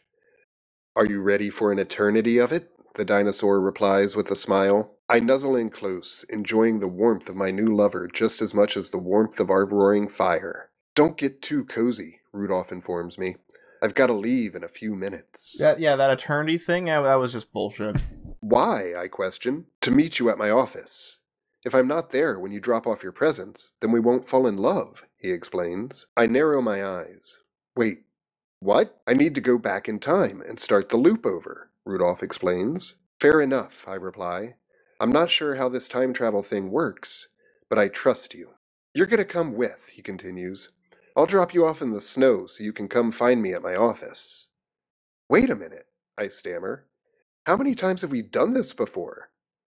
B: Are you ready for an eternity of it? The dinosaur replies with a smile. I nuzzle in close, enjoying the warmth of my new lover just as much as the warmth of our roaring fire. Don't get too cozy, Rudolph informs me. I've got to leave in a few minutes.
D: That yeah, that eternity thing, I, that was just bullshit.
B: Why, I question, to meet you at my office. If I'm not there when you drop off your presents, then we won't fall in love, he explains. I narrow my eyes. Wait, what? I need to go back in time and start the loop over, Rudolph explains. Fair enough, I reply. I'm not sure how this time travel thing works, but I trust you. You're going to come with, he continues. I'll drop you off in the snow so you can come find me at my office. Wait a minute, I stammer. How many times have we done this before?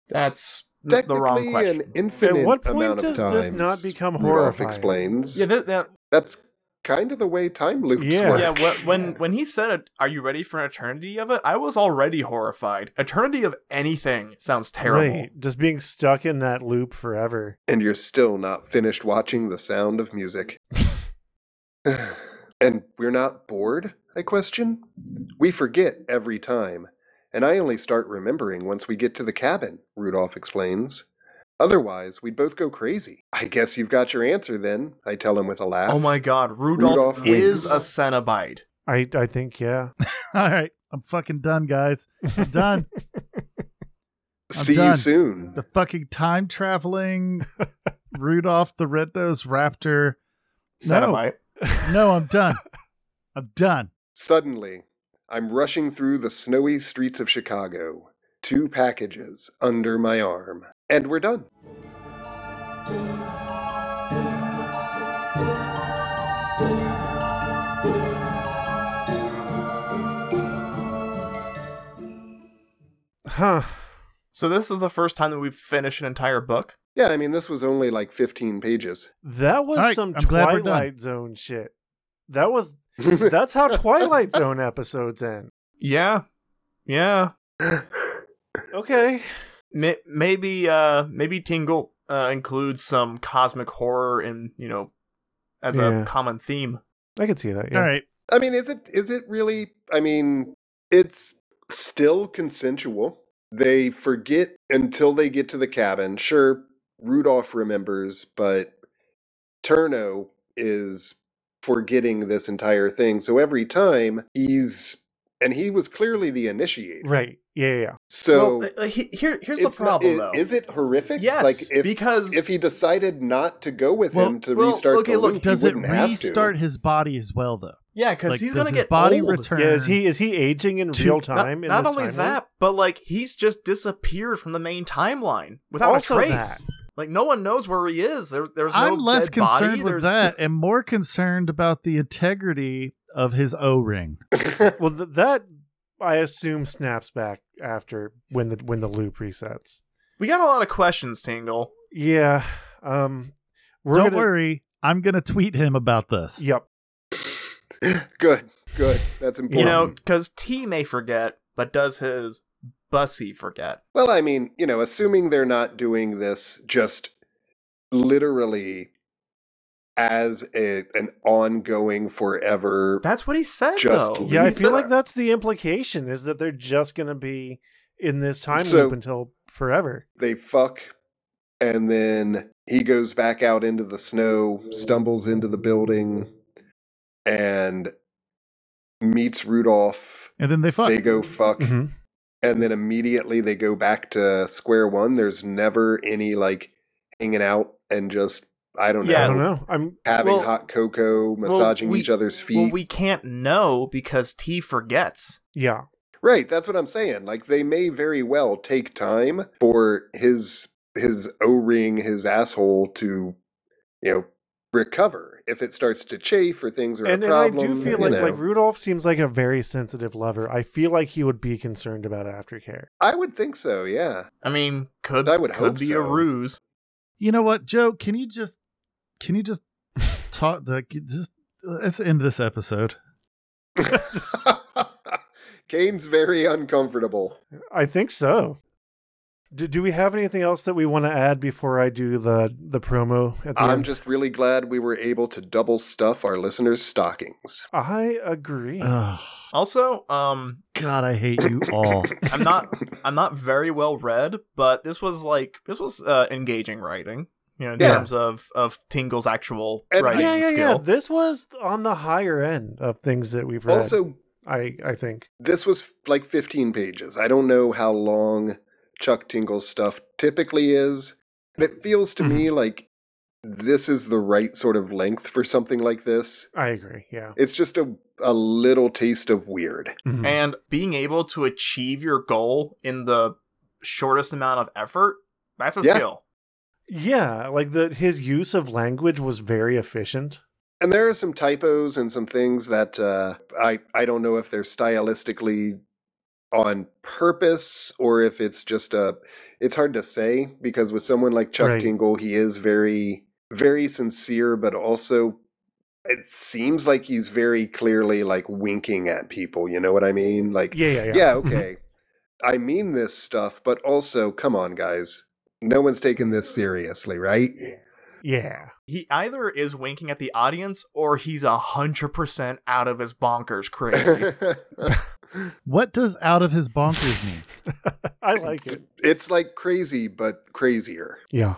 D: That's n- the wrong
B: Technically,
D: question.
B: An infinite
A: At what point
B: amount
A: does
B: of
A: this
B: times,
A: not become
B: Rudolph
A: horrifying?
B: explains.
D: yeah, th- that,
B: That's kind of the way time loops
A: Yeah.
B: work.
D: yeah. wh- When when he said, it, "Are you ready for an eternity of it?" I was already horrified. Eternity of anything sounds terrible.
A: Right. Just being stuck in that loop forever.
B: And you're still not finished watching The Sound of Music. and we're not bored? I question. We forget every time, and I only start remembering once we get to the cabin, Rudolph explains. Otherwise, we'd both go crazy. I guess you've got your answer then, I tell him with a laugh.
D: Oh my god, Rudolph,
B: Rudolph
D: is
B: wins.
D: a Cenobite.
A: I I think yeah.
C: All right, I'm fucking done, guys. I'm done. I'm
B: See
C: done.
B: you soon.
C: the fucking time traveling Rudolph the Red Nosed Raptor.
D: Cenobite.
C: No, I'm done. I'm done.
B: Suddenly, I'm rushing through the snowy streets of Chicago, two packages under my arm, and we're done.
A: Huh.
D: So this is the first time that we've finished an entire book.
B: Yeah, I mean, this was only like 15 pages.
A: That was
C: All right,
A: some
C: I'm glad we're done.
A: Twilight Zone shit. That was that's how Twilight Zone episodes end.
D: Yeah, yeah.
A: Okay.
D: Ma- maybe uh maybe Tingle uh, includes some cosmic horror in you know as
A: Yeah.
D: a common theme.
A: I can see that. Yeah.
C: All right.
B: I mean, is it is it really? I mean, it's still consensual. They forget until they get to the cabin. Sure, Rudolph remembers, but Turno is forgetting this entire thing. So every time he's and he was clearly the initiator.
A: Right. Yeah, yeah, yeah.
B: So
D: well, uh, he- here here's the
B: it's not-
D: problem
B: i-
D: though.
B: Is it horrific?
D: yes,
B: Like if
D: because
B: if he decided not to go with
C: Well-
B: him to
D: well,
B: restart
D: okay,
B: the
D: look,
B: loop,
C: Does
B: he
C: it
B: wouldn't have to.
C: restart his body as well, though?
D: yeah, because
C: Like,
D: he's
C: does
D: gonna
C: his
D: get
C: body
D: old.
C: return?
A: Yeah, is he is he aging in
C: To-
A: real
D: Not,
A: time? in
D: not
A: this
D: only
A: time
D: that, but like he's just disappeared from the main timeline without
A: Also
D: a trace.
A: that.
D: Like no one knows where he is. There, there's no
C: I'm less
D: dead body.
C: concerned with
D: There's-
C: that and more concerned about the integrity of his O ring.
A: loop? Well, th- that I assume snaps back after when the when the loop resets.
D: We got a lot of questions, Tingle.
A: Yeah. Um we're
C: Don't
A: gonna,
C: worry. I'm going to tweet him about this.
A: Yep.
B: good, good. That's important.
D: You know, because T may forget, but does his bussy forget?
B: well, I mean, you know, assuming they're not doing this just literally as a, an ongoing forever.
D: That's what he said,
B: Just
D: though.
A: Yeah, I
B: He
A: feel
B: said-
A: like that's the implication is that they're just going to be in this time
B: So-
A: loop until forever.
B: they fuck, and then he goes back out into the snow, stumbles into the building, and meets Rudolph.
C: And then they fuck.
B: They go fuck.
A: Mhm.
B: and then immediately they go back to square one. There's never any like hanging out and just I don't know,
D: Yeah.
A: I don't know. I'm
B: having
D: Well-
B: hot cocoa, massaging
D: we-
B: each other's feet.
D: Well, we can't know because T forgets.
A: yeah.
B: Right, that's what I'm saying. Like they may very well take time for his his O-ring, his asshole to you know recover if it starts to chafe or things are
A: And,
B: a
A: and I
B: problem.
A: do feel
B: you
A: like
B: know.
A: like Rudolph seems like a very sensitive lover. I feel like he would be concerned about aftercare.
B: I would think so. Yeah,
D: I mean, could
B: I would
D: could
B: hope
D: be a
B: so.
D: ruse.
C: You know what, Joe? Can you just Can you just talk? The, just let's end this episode.
B: Kane's very uncomfortable.
A: I think so. Do, do we have anything else that we want to add before I do the the promo at the
B: I'm
A: end?
B: just really glad we were able to double stuff our listeners' stockings.
A: I agree.
C: Oh
D: Also, um,
C: God, I hate you all.
D: I'm not I'm not very well read, but this was like this was uh, engaging writing. You know, in
B: Yeah.
D: terms of of Tingle's actual
B: And-
D: writing
A: yeah, yeah, yeah.
D: skill.
A: This was on the higher end of things that we've read.
B: Also,
A: I I think
B: this was like 15 pages. I don't know how long Chuck Tingle's stuff typically is, but it feels to me like this is the right sort of length for something like this.
A: I agree. Yeah.
B: It's just a, a little taste of weird.
A: Mhm.
D: And being able to achieve your goal in the shortest amount of effort, that's a
B: Yeah.
D: skill.
A: yeah, like the his use of language was very efficient.
B: And there are some typos and some things that uh, I I don't know if they're stylistically on purpose or if it's just a. It's hard to say because with someone like Chuck
A: Right.
B: Tingle, he is very very sincere, but also it seems like he's very clearly like winking at people. You know what I mean? Like
A: Yeah, Mm-hmm. yeah, yeah.
B: yeah, okay. I mean this stuff, but also, come on, guys. No one's taking this seriously, right?
A: Yeah.
D: He either is winking at the audience or he's a hundred percent out of his bonkers crazy.
C: what does out of his bonkers mean?
A: I like it.
B: It's like crazy, but crazier.
A: Yeah.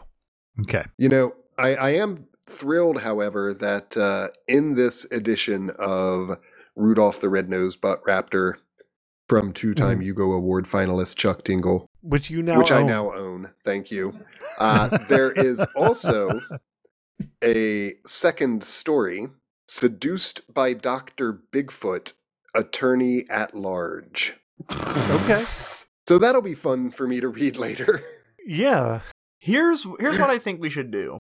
C: Okay.
B: You know, I, I am thrilled, however, that uh, in this edition of Rudolph the Red-Nosed Butt Raptor from two-time Hugo Award finalist Chuck Tingle,
A: Which you Mm-hmm. now
B: which I
A: own.
B: now own, thank you, uh, there is also a second story, Seduced by Dr. Bigfoot, Attorney at Large.
A: Okay.
B: So that'll be fun for me to read later.
A: Yeah.
D: here's here's what I think we should do.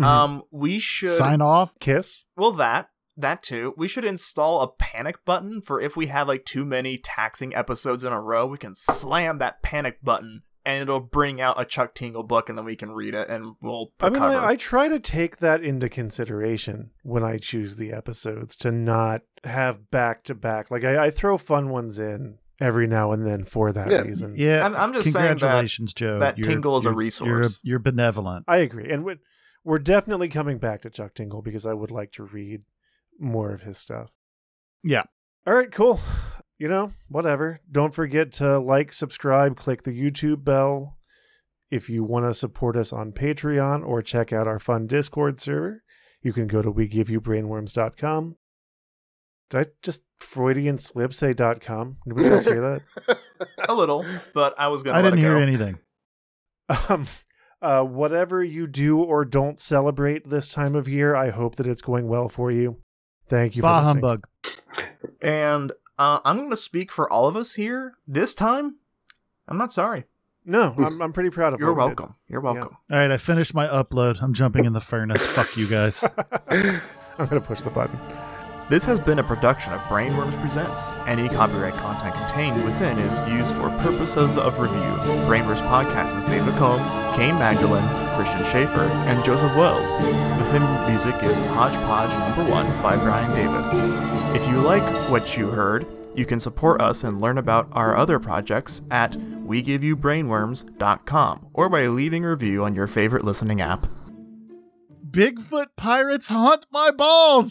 A: Mhm.
D: Um, we should
C: Sign off.
A: kiss.
D: Well, that that too. We should install a panic button for if we have like too many taxing episodes in a row. We can slam that panic button, and it'll bring out a Chuck Tingle book, and then we can read it, and we'll
A: I mean,
D: recover.
A: I, I try to take that into consideration when I choose the episodes to not have back to back. Like I, I throw fun ones in every now and then for that
B: Yeah.
A: reason.
C: Yeah.
D: I'm- I'm just saying that-
C: congratulations, Joe.
D: that
C: You're-
D: Tingle is a
C: you're-
D: resource.
C: You're, you're benevolent.
A: I agree, and we- we're definitely coming back to Chuck Tingle because I would like to read more of his stuff.
C: Yeah.
A: All right. Cool. You know, whatever. Don't forget to like, subscribe, click the YouTube bell. If you want to support us on Patreon or check out our fun Discord server, you can go to wegiveyoubrainworms.com. Did I just Freudian slip say dot .com? Did we guys hear that?
D: a little, but I was gonna.
C: I
D: let
C: didn't
D: it
C: hear
D: go.
C: anything.
A: Um, uh, whatever you do or don't celebrate this time of year, I hope that it's going well for you. Thank you
C: Bah
A: for listening.
C: humbug.
D: And uh, I'm gonna speak for all of us here this time. I'm not sorry.
A: No, I'm, I'm pretty proud of
D: You're
A: what we did.
D: welcome. You're welcome.
C: All right, I finished my upload. I'm jumping in the furnace. Fuck you guys.
A: I'm going to push the button.
D: This has been a production of Brainworms Presents. Any copyright content contained within is used for purposes of review. Brainworms Podcast is David Combs, Kane Magdalene, Christian Schaefer, and Joseph Wells. The theme music is Hodgepodge Number 1 by Brian Davis. If you like what you heard, you can support us and learn about our other projects at wegiveyoubrainworms.com or by leaving a review on your favorite listening app.
C: Bigfoot pirates haunt my balls.